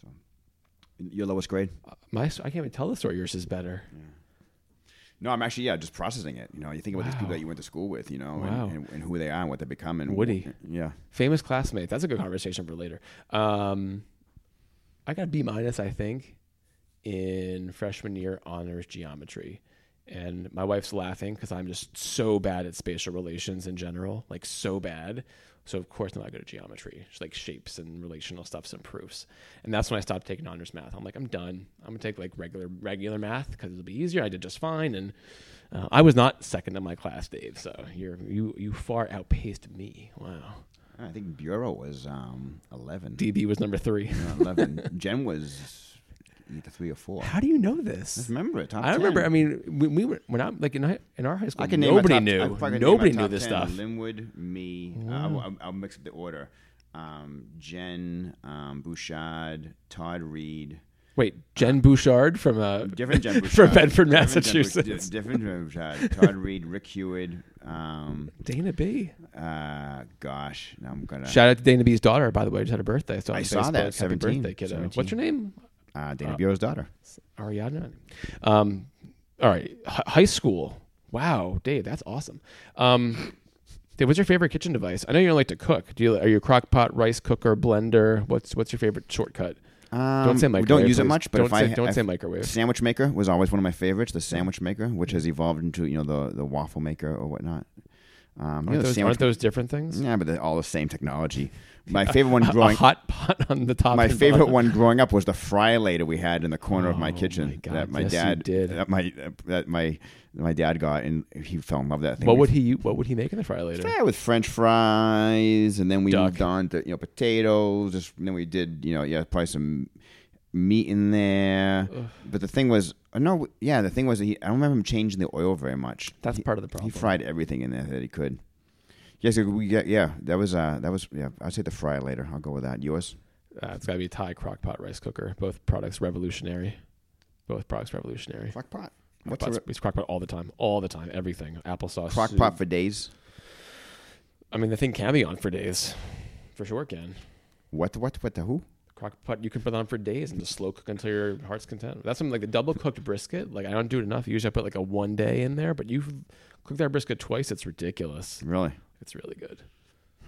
Speaker 2: So, your lowest grade?
Speaker 1: My, s- I can't even tell the story. Yours is better.
Speaker 2: No, I'm actually yeah, just processing it. You know, you think about these people
Speaker 1: Wow.
Speaker 2: that you went to school with, you know,
Speaker 1: Wow.
Speaker 2: and, and, and who they are and what they become. And
Speaker 1: Woody.
Speaker 2: Yeah.
Speaker 1: Famous classmate. That's a good conversation for later. Um, I got a B minus, I think, in freshman year honors geometry. And my wife's laughing because I'm just so bad at spatial relations in general, like so bad. So of course I'm not good at geometry, just like shapes and relational stuffs and proofs. And that's when I stopped taking honors math. I'm like, I'm done. I'm gonna take like regular regular math because it'll be easier. I did just fine, and uh, I was not second in my class, Dave. So you're you you far outpaced me. Wow.
Speaker 2: I think Bureau was um, 11.
Speaker 1: DB was number three.
Speaker 2: Yeah, 11. Jen was either three or four. I
Speaker 1: How do you know this?
Speaker 2: just remember it. Top
Speaker 1: I
Speaker 2: 10.
Speaker 1: remember. I mean, when we were when I'm like in, hi- in our high school,
Speaker 2: I can name my
Speaker 1: nobody
Speaker 2: top- I
Speaker 1: knew.
Speaker 2: probably can name my
Speaker 1: Nobody knew
Speaker 2: top
Speaker 1: this
Speaker 2: 10.
Speaker 1: stuff.
Speaker 2: Linwood, me. uh, I'll, I'll- I'll mix up the order. Um, Jen, um, Bouchard, Todd Reed.
Speaker 1: Wait, Jen Bouchard from uh,
Speaker 2: Different Jen Bouchard.
Speaker 1: from Bedford,
Speaker 2: Different Jen Bouch-
Speaker 1: Massachusetts.
Speaker 2: di- Different Jen Bouchard. Todd Reed, Rick Heward. Um,
Speaker 1: Dana B.
Speaker 2: uh, gosh, now I'm gonna.
Speaker 1: Shout out to Dana B's daughter, by the way. Just had a birthday. So
Speaker 2: I saw that,
Speaker 1: Happy
Speaker 2: 17,
Speaker 1: birthday, kiddo.
Speaker 2: 17.
Speaker 1: What's your name?
Speaker 2: Uh, Dana Bureau's daughter.
Speaker 1: Ariadna. Um, all right, Hi high school. Wow, Dave, that's awesome. Um, Dave, what's your favorite kitchen device? I know you don't like to cook. Do you? Are you a crock pot, rice cooker, blender? What's What's your favorite shortcut?
Speaker 2: Um,
Speaker 1: don't say
Speaker 2: we
Speaker 1: microwave.
Speaker 2: Don't use it
Speaker 1: please.
Speaker 2: much, but
Speaker 1: don't
Speaker 2: if
Speaker 1: say,
Speaker 2: I
Speaker 1: don't
Speaker 2: if-
Speaker 1: say microwave.
Speaker 2: Sandwich maker was always one of my favorites. The sandwich maker, which has evolved into you know the the waffle maker or whatnot. Um, you know,
Speaker 1: Aren't
Speaker 2: the
Speaker 1: those,
Speaker 2: sandwich
Speaker 1: aren't those different things?
Speaker 2: Yeah, but they're all the same technology. My favorite one
Speaker 1: A- a
Speaker 2: growing
Speaker 1: hot pot on the top.
Speaker 2: my
Speaker 1: and
Speaker 2: favorite
Speaker 1: bottom.
Speaker 2: one growing up was the fry later we had in the corner of
Speaker 1: Oh,
Speaker 2: my kitchen
Speaker 1: my God.
Speaker 2: that my
Speaker 1: Yes, you
Speaker 2: dad
Speaker 1: did.
Speaker 2: that my that my my dad got and he fell in love with that thing.
Speaker 1: What
Speaker 2: We
Speaker 1: would he? u- What would he make in the fry later?
Speaker 2: yeah, with French fries, and then we
Speaker 1: Duck.
Speaker 2: moved on to you know potatoes. Just and then we did you know yeah probably some meat in there. But the thing was uh, no yeah the thing was that he, I don't remember him changing the oil very much.
Speaker 1: That's
Speaker 2: He-
Speaker 1: part of the problem.
Speaker 2: He fried everything in there that he could. Yes, yeah, so we got yeah that was uh that was yeah I'd say the fry later. I'll go with that. Yours.
Speaker 1: Uh, it's got to be Thai crock pot rice cooker. Both products revolutionary. Both products revolutionary.
Speaker 2: Crock pot.
Speaker 1: Crock
Speaker 2: What's a
Speaker 1: pots,
Speaker 2: re-
Speaker 1: we use crock pot all the time, all the time. Everything applesauce.
Speaker 2: crock
Speaker 1: soup.
Speaker 2: pot for days?
Speaker 1: I mean, the thing can be on for days, for sure can.
Speaker 2: What what what the who?
Speaker 1: Crock pot you can put on for days and just slow cook until your heart's content. That's something like the double cooked brisket. Like I don't do it enough. Usually I put like a one day in there, but you cook that brisket twice. It's ridiculous.
Speaker 2: Really?
Speaker 1: It's really good.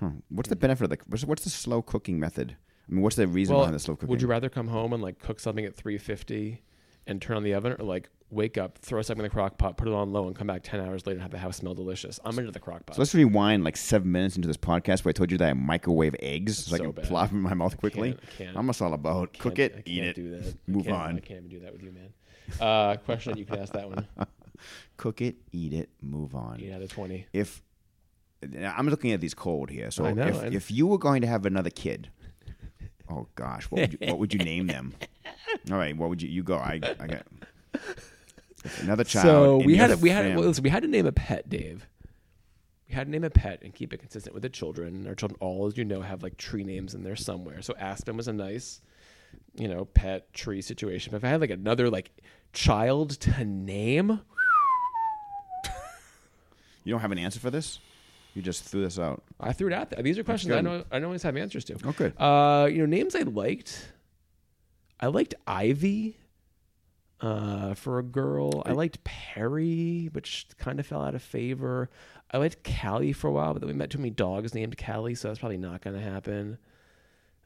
Speaker 2: Huh. Hmm. What's the benefit of the what's, what's the slow cooking method? I mean, what's the reason behind the slow cooking?
Speaker 1: Would you rather come home and like cook something at 350 and turn on the oven or like wake up, throw something in the crock pot, put it on low and come back 10 hours later and have the house smell delicious? I'm into the crock pot.
Speaker 2: so let's rewind like seven minutes into this podcast where I told you that I microwave eggs so, I
Speaker 1: So
Speaker 2: can
Speaker 1: bad.
Speaker 2: plop 'em in my mouth
Speaker 1: I can't-
Speaker 2: quickly.
Speaker 1: I can't-
Speaker 2: I'm just all about cook
Speaker 1: can't-
Speaker 2: it,
Speaker 1: I can't
Speaker 2: eat it,
Speaker 1: Do that. I
Speaker 2: move
Speaker 1: can't-
Speaker 2: on.
Speaker 1: I can't even do that with you, man. Uh, question that you can ask that one.
Speaker 2: cook it, eat it, move on.
Speaker 1: Eight out of 20.
Speaker 2: If I'm looking at these cold here, so
Speaker 1: I know,
Speaker 2: if,
Speaker 1: and-
Speaker 2: if you were going to have another kid, oh gosh, what would you, what would you name them? All right, what would you you go? I I got if another child.
Speaker 1: So
Speaker 2: in
Speaker 1: we
Speaker 2: your
Speaker 1: had a, we had a,
Speaker 2: fam-
Speaker 1: well, listen, we had to name a pet, Dave. We had to name a pet and keep it consistent with the children. Our children, all as you know, have like tree names in there somewhere. So Aspen was a nice you know, pet tree situation. But if I had like another like child to name,
Speaker 2: You don't have an answer for this? You just threw this out.
Speaker 1: I threw it out there. These are questions I
Speaker 2: good.
Speaker 1: know I don't always have answers to.
Speaker 2: Oh, good.
Speaker 1: Uh, you know, names I liked. I liked Ivy uh, for a girl. I liked Perry, which kind of fell out of favor. I liked Callie for a while, but then we met too many dogs named Callie, so that's probably not going to happen.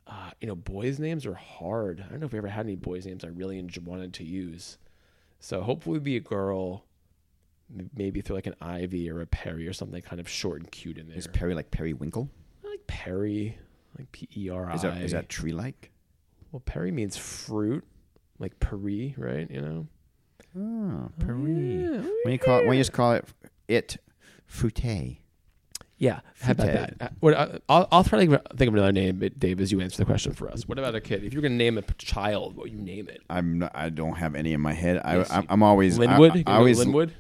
Speaker 1: Uh, you know, boys' names are hard. I don't know if we ever had any boys' names I really enj- wanted to use. So hopefully, be a girl. M- Maybe through like an Ivy or a Perry or something kind of short and cute in there.
Speaker 2: Is Perry like Perry Winkle?
Speaker 1: I like Perry, like P E R I.
Speaker 2: Is that is that tree like?
Speaker 1: Well, Perry means fruit, like Paris, right? You know.
Speaker 2: Oh, Perry. When you call it, when you just call it it fruité.
Speaker 1: Yeah. How about that?
Speaker 2: Fruited.
Speaker 1: Uh, What, I- I'll, I'll try to think of- think of another name, but Dave, as you answer the question for us. What about a kid? If you're gonna name a p- child, what would you name it?
Speaker 2: I'm not, I don't have any in my head. I
Speaker 1: Yes,
Speaker 2: I'm,
Speaker 1: you-
Speaker 2: I'm always I-
Speaker 1: Linwood. You
Speaker 2: I,
Speaker 1: gonna go with
Speaker 2: always
Speaker 1: Linwood.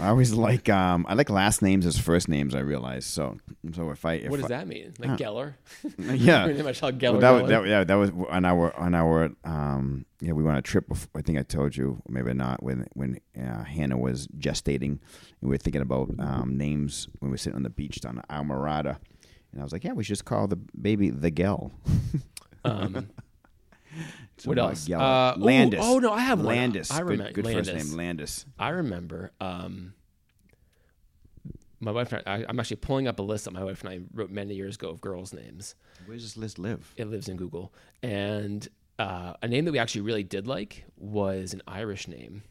Speaker 2: I always like um I like last names as first names. I realize so so if I if
Speaker 1: What
Speaker 2: I,
Speaker 1: does that mean? Like Geller.
Speaker 2: Yeah.
Speaker 1: You're gonna name my child
Speaker 2: Well,
Speaker 1: Geller.
Speaker 2: that, was,
Speaker 1: Geller?
Speaker 2: that, yeah, that was on our on our um yeah we went on a trip. Before, I think I told you maybe not when when uh, Hannah was gestating, and we were thinking about um, names when we were sitting on the beach down at Almarada, and I was like, yeah, we should just call the baby the Gel.
Speaker 1: um,
Speaker 2: So
Speaker 1: what
Speaker 2: not
Speaker 1: else?
Speaker 2: Gel.
Speaker 1: Uh, ooh,
Speaker 2: Landis.
Speaker 1: oh no, I have one.
Speaker 2: Landis.
Speaker 1: I remember
Speaker 2: Good, good
Speaker 1: Landis.
Speaker 2: first name, Landis.
Speaker 1: I remember um, my wife and I, I, I'm actually pulling up a list that my wife and I wrote many years ago of girls' names.
Speaker 2: Where does this list live?
Speaker 1: It lives in Google. And uh, a name that we actually really did like was an Irish name,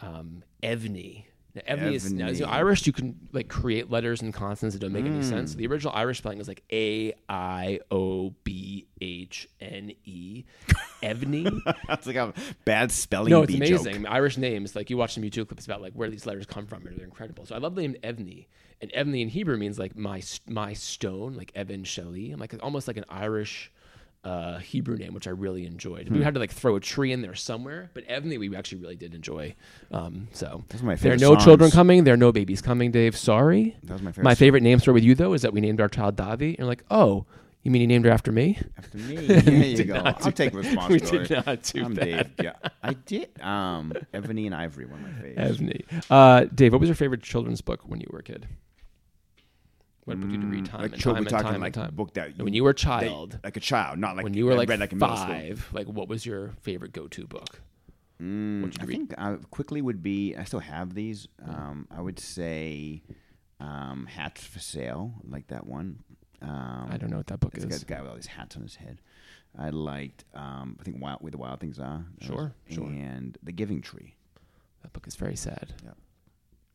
Speaker 1: um, Evney. Now, Evney is now, you know,
Speaker 2: Evney.
Speaker 1: Irish. You can like create letters and consonants that don't make any sense. The original Irish spelling is like A I O B H N E, Evney.
Speaker 2: That's like a bad spelling.
Speaker 1: No, it's
Speaker 2: bee
Speaker 1: amazing.
Speaker 2: Joke.
Speaker 1: Irish names, like you watch some YouTube clips about like where these letters come from, and they're incredible. So I love the name Evney, and Evney in Hebrew means like my my stone, like Evan Shelley. I'm like almost like an Irish uh, Hebrew name, which I really enjoyed.
Speaker 2: Hmm.
Speaker 1: We had to like throw a tree in there somewhere, but Evney we actually really did enjoy. Um, so
Speaker 2: That's my
Speaker 1: there are
Speaker 2: favorite.
Speaker 1: no
Speaker 2: songs.
Speaker 1: children coming. There are no babies coming, Dave. Sorry.
Speaker 2: That was my favorite.
Speaker 1: My favorite name story with you though is that we named our child Davi, and like, oh, you mean you named her after me?
Speaker 2: After me. There you go.
Speaker 1: not
Speaker 2: I'll
Speaker 1: do that.
Speaker 2: take
Speaker 1: We
Speaker 2: responsibility.
Speaker 1: did not do
Speaker 2: I'm
Speaker 1: that.
Speaker 2: Dave. Yeah, I did. Um, Ebony and Ivory, one of my faves.
Speaker 1: Evney. Uh, Dave, what was your favorite children's book when you were a kid? What book did you read time
Speaker 2: Mm, like
Speaker 1: and
Speaker 2: chil-
Speaker 1: time
Speaker 2: we're
Speaker 1: and
Speaker 2: talking
Speaker 1: time and
Speaker 2: like
Speaker 1: time?
Speaker 2: book that
Speaker 1: when
Speaker 2: you-
Speaker 1: you were a
Speaker 2: They-
Speaker 1: child,
Speaker 2: like a child, not like
Speaker 1: when you were
Speaker 2: I
Speaker 1: like,
Speaker 2: read, like in middle school.
Speaker 1: five, like what was your favorite go-to book?
Speaker 2: Mm,
Speaker 1: What did you
Speaker 2: I
Speaker 1: read?
Speaker 2: think uh, quickly would be. I still have these. Um, I would say um, hats for sale, like that one. Um,
Speaker 1: I don't know what that book
Speaker 2: It's got
Speaker 1: is.
Speaker 2: the guy with all these hats on his head. I liked. Um, I think wild where the wild things are. That was-
Speaker 1: Sure, sure.
Speaker 2: And the Giving Tree.
Speaker 1: That book is very sad.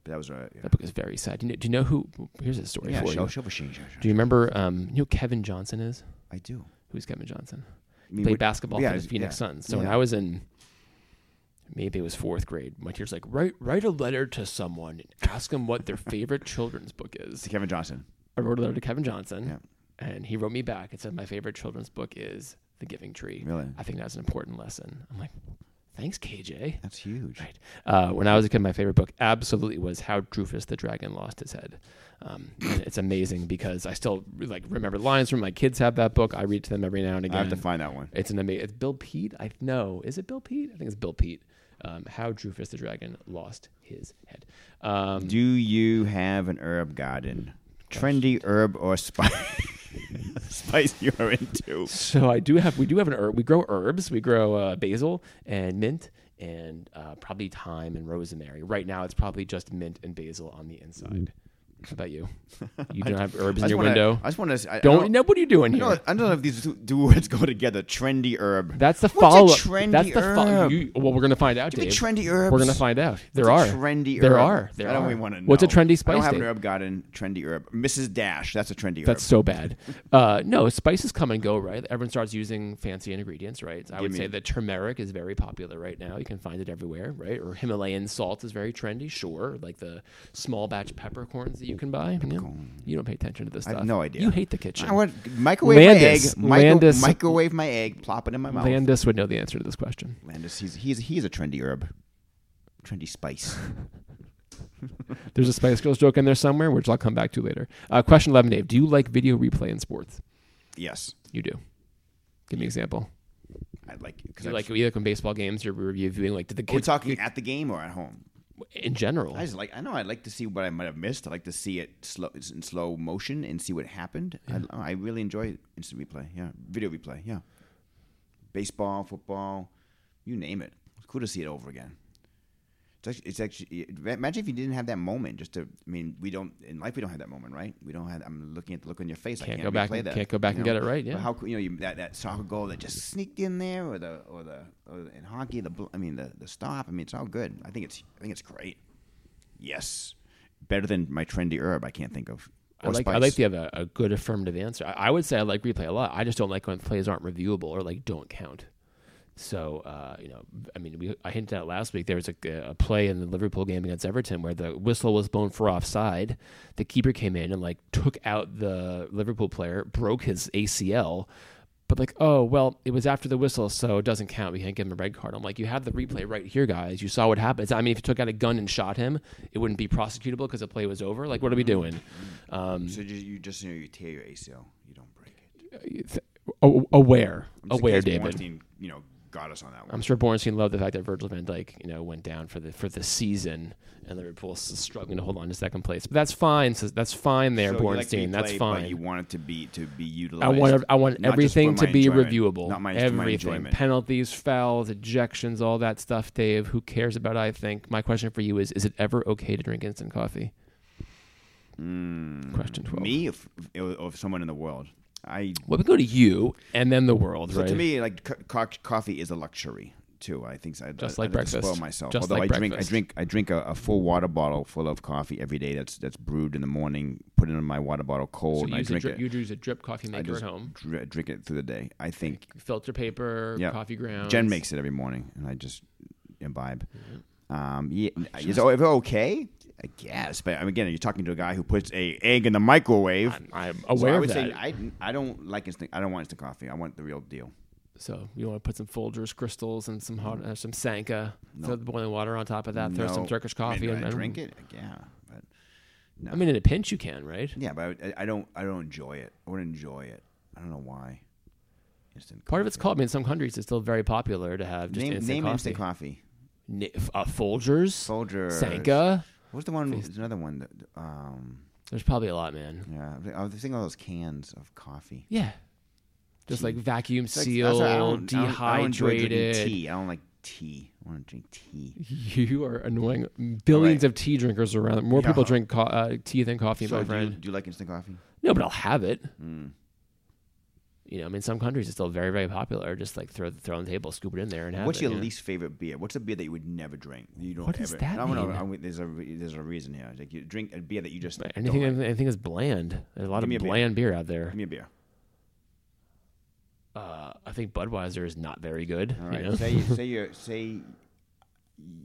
Speaker 2: That was a yeah.
Speaker 1: That book is very sad. Do you know, do you know who? Here's a story
Speaker 2: yeah
Speaker 1: for
Speaker 2: show,
Speaker 1: you.
Speaker 2: show, show, show, show.
Speaker 1: Do you remember? Um, you know who Kevin Johnson is.
Speaker 2: I do.
Speaker 1: Who's Kevin Johnson?
Speaker 2: I mean,
Speaker 1: played
Speaker 2: what-
Speaker 1: basketball
Speaker 2: yeah,
Speaker 1: for the Phoenix
Speaker 2: yeah,
Speaker 1: Suns. So when
Speaker 2: yeah.
Speaker 1: I was in, maybe it was fourth grade, my teacher's like, write write a letter to someone and ask them what their favorite children's book is.
Speaker 2: to Kevin Johnson.
Speaker 1: I wrote a letter to Kevin Johnson,
Speaker 2: Yeah.
Speaker 1: and he wrote me back and said, "My favorite children's book is The Giving Tree."
Speaker 2: Really?
Speaker 1: I think that's an important lesson. I'm like, thanks, KJ.
Speaker 2: That's huge.
Speaker 1: Right. Uh, when I was a kid, my favorite book absolutely was How Drufus the Dragon Lost His Head. Um, and it's amazing because I still like remember lines from it. my kids have that book. I read to them every now and again.
Speaker 2: I have to find that one.
Speaker 1: It's an amazing. It's Bill Pete. I know. Is it Bill Pete? I think it's Bill Pete. Um, how Drufus the dragon lost his head. Um,
Speaker 2: Do you have an herb garden? Trendy herb or spice? spice you're into?
Speaker 1: so I do have. We do have an herb. We grow herbs. We grow uh, basil and mint and uh, probably thyme and rosemary. Right now, it's probably just mint and basil on the inside. How about you? You don't have herbs in your
Speaker 2: wanna,
Speaker 1: window.
Speaker 2: I just want to. I,
Speaker 1: don't,
Speaker 2: I don't,
Speaker 1: no. What are you doing
Speaker 2: I
Speaker 1: here?
Speaker 2: don't, I don't know if these two, two words go together. Trendy herb.
Speaker 1: that's the
Speaker 2: What's a
Speaker 1: follow.
Speaker 2: trendy
Speaker 1: that's the follow.
Speaker 2: herb?
Speaker 1: You, well, we're gonna find out,
Speaker 2: Give me
Speaker 1: Dave.
Speaker 2: trendy herbs.
Speaker 1: We're gonna find out. There
Speaker 2: What's a
Speaker 1: are
Speaker 2: trendy.
Speaker 1: There
Speaker 2: herb?
Speaker 1: are. There
Speaker 2: I don't
Speaker 1: are.
Speaker 2: even want to know.
Speaker 1: What's a trendy
Speaker 2: I
Speaker 1: spice?
Speaker 2: don't have
Speaker 1: Dave?
Speaker 2: an herb garden. Trendy herb. Mrs. Dash. That's a trendy herb.
Speaker 1: That's so bad. Uh, no, spices come and go, right? Everyone starts using fancy ingredients, right? I would
Speaker 2: me-
Speaker 1: say that turmeric is very popular right now. You can find it everywhere, right? Or Himalayan salt is very trendy, sure. Like the small batch peppercorns that you can buy. You, know, you don't pay attention to this
Speaker 2: I
Speaker 1: stuff.
Speaker 2: have no idea.
Speaker 1: You hate the kitchen.
Speaker 2: I want microwave
Speaker 1: Landis.
Speaker 2: my egg. Micro,
Speaker 1: Landis.
Speaker 2: Microwave my egg. Plop it in my mouth.
Speaker 1: Landis would know the answer to this question.
Speaker 2: Landis. He's he's he's a trendy herb. Trendy spice.
Speaker 1: There's a Spice Girls joke in there somewhere, which I'll come back to later. Uh, question 11, Dave. Do you like video replay in sports?
Speaker 2: yes.
Speaker 1: You do. Give me an example.
Speaker 2: I like because
Speaker 1: You like you like when baseball games you're reviewing like did the
Speaker 2: we're
Speaker 1: kids
Speaker 2: talking at the game or at home.
Speaker 1: in general
Speaker 2: I just like I know I like to see what I might have missed. I like to see it slow in slow motion and see what happened. I, I really enjoy instant replay. Yeah, video replay. Yeah, baseball, football, you name it. It's cool to see it over again. It's actually, it's actually imagine if you didn't have that moment. Just to I mean, we don't in life we don't have that moment, right? We don't have. I'm looking at the look on your face. I
Speaker 1: Can't
Speaker 2: can't
Speaker 1: go back
Speaker 2: replay
Speaker 1: and-
Speaker 2: that.
Speaker 1: can't go back
Speaker 2: you
Speaker 1: and
Speaker 2: know?
Speaker 1: get it right, yeah.
Speaker 2: But how cool, you know you, that that soccer goal that just sneaked in there, or the or the or the- in hockey the bl- I mean the the stop. I mean it's all good. I think it's I think it's great. Yes, better than my trendy herb. I can't think of.
Speaker 1: I
Speaker 2: Or
Speaker 1: like I
Speaker 2: spice.
Speaker 1: like to have a, a good affirmative answer. I, I would say I like replay a lot. I just don't like when plays aren't reviewable or like don't count. So uh, you know, I mean, we I hinted at last week there was a, a play in the Liverpool game against Everton where the whistle was blown for offside. The keeper came in and like took out the Liverpool player, broke his ACL. But like, oh well, it was after the whistle, so it doesn't count. We can't give him a red card. I'm like, you have the replay right here, guys. You saw what happened. I mean, if you took out a gun and shot him, it wouldn't be prosecutable because the play was over. Like, what are we doing? Um,
Speaker 2: So you, you just you, know, you tear your ACL. You don't break it.
Speaker 1: th- a- aware,
Speaker 2: Just in
Speaker 1: aware,
Speaker 2: case
Speaker 1: David.
Speaker 2: Bornstein, you know, got us on that one.
Speaker 1: I'm sure Bornstein loved the fact that Virgil Van Dyke, you know, went down for the for the season, and Liverpool s- struggling to hold on to second place. But that's fine. So that's fine there,
Speaker 2: So you like to
Speaker 1: Bornstein. that's
Speaker 2: replay,
Speaker 1: fine.
Speaker 2: But you want it to be to be
Speaker 1: I
Speaker 2: utilized.
Speaker 1: want I want
Speaker 2: not just for
Speaker 1: everything to
Speaker 2: my
Speaker 1: be
Speaker 2: enjoyment,
Speaker 1: reviewable.
Speaker 2: Not my, just for my
Speaker 1: everything,
Speaker 2: enjoyment.
Speaker 1: penalties, fouls, ejections, all that stuff. Dave, who cares about? I think my question for you is: Is it ever okay to drink instant coffee? question twelve.
Speaker 2: Hmm. Me, if, or if someone in the world, I.
Speaker 1: Well, we go to you, and then the world.
Speaker 2: So
Speaker 1: right?
Speaker 2: to me, like co- co- coffee is a luxury too. I think so. I,
Speaker 1: Just
Speaker 2: I,
Speaker 1: like
Speaker 2: I
Speaker 1: breakfast.
Speaker 2: Spoil myself.
Speaker 1: Just
Speaker 2: Although
Speaker 1: like
Speaker 2: I drink,
Speaker 1: breakfast.
Speaker 2: I drink, I drink a, a full water bottle full of coffee every day. That's that's brewed in the morning, put it in my water bottle cold,
Speaker 1: so
Speaker 2: and
Speaker 1: you
Speaker 2: I
Speaker 1: use, a
Speaker 2: drink
Speaker 1: drip,
Speaker 2: it.
Speaker 1: you use a drip coffee
Speaker 2: I
Speaker 1: maker
Speaker 2: just
Speaker 1: at home.
Speaker 2: dr- drink it through the day. I think
Speaker 1: filter paper,
Speaker 2: Yeah.
Speaker 1: coffee grounds.
Speaker 2: Jen makes it every morning, and I just imbibe.
Speaker 1: Mm-hmm.
Speaker 2: Um, yeah, is it is it okay? I guess, but I mean, again, you're talking to a guy who puts a egg in the microwave.
Speaker 1: I'm, I'm
Speaker 2: So
Speaker 1: aware
Speaker 2: I
Speaker 1: of
Speaker 2: would
Speaker 1: that.
Speaker 2: say I, I don't like instant. I don't want instant coffee. I want the real deal.
Speaker 1: so you want to put some Folgers crystals and some hot, uh, some Sanka, throw the boiling water on top of that, throw some
Speaker 2: No.
Speaker 1: Turkish
Speaker 2: I mean,
Speaker 1: coffee,
Speaker 2: do
Speaker 1: and
Speaker 2: I
Speaker 1: and-
Speaker 2: drink it. Yeah, but
Speaker 1: I mean, in a pinch, you can, right?
Speaker 2: yeah, but I, I don't. I don't enjoy it. I wouldn't enjoy it. I don't know why. Instant
Speaker 1: Part of it's called. I mean, in some countries, it's still very popular to have just
Speaker 2: name
Speaker 1: instant
Speaker 2: name
Speaker 1: coffee.
Speaker 2: instant coffee.
Speaker 1: Ni- f- uh, Folgers,
Speaker 2: Folgers.
Speaker 1: Sanka.
Speaker 2: What's the one? There's another one. That, um,
Speaker 1: There's probably a lot, man.
Speaker 2: yeah, I was thinking of those cans of coffee.
Speaker 1: Yeah, just like vacuum
Speaker 2: It's like-
Speaker 1: sealed,
Speaker 2: that's why I don't- I don't- I don't enjoy drinking
Speaker 1: dehydrated.
Speaker 2: tea. I don't like tea. I want to drink tea.
Speaker 1: You are annoying billions
Speaker 2: Right.
Speaker 1: of tea drinkers around. More people
Speaker 2: Yeah.
Speaker 1: drink co- uh, tea than coffee,
Speaker 2: So
Speaker 1: my
Speaker 2: do you,
Speaker 1: friend.
Speaker 2: do you like instant coffee? Hmm.
Speaker 1: No, but I'll have it. You know, I mean, some countries it's still very, very popular. Just like throw throw on the table, scoop it in there, and have
Speaker 2: What's
Speaker 1: it.
Speaker 2: your
Speaker 1: you know?
Speaker 2: least favorite beer? What's a beer that you would never drink? You don't
Speaker 1: What
Speaker 2: ever.
Speaker 1: does that
Speaker 2: I don't know.
Speaker 1: mean?
Speaker 2: I mean, there's a re- there's a reason here. Like you drink a beer that you just don't
Speaker 1: anything?
Speaker 2: like.
Speaker 1: Anything is bland. There's a lot
Speaker 2: Give me a
Speaker 1: of
Speaker 2: beer.
Speaker 1: bland beer. out there.
Speaker 2: Give me a beer.
Speaker 1: Uh, I think Budweiser is not very good.
Speaker 2: All
Speaker 1: you
Speaker 2: right.
Speaker 1: know?
Speaker 2: Say you say you say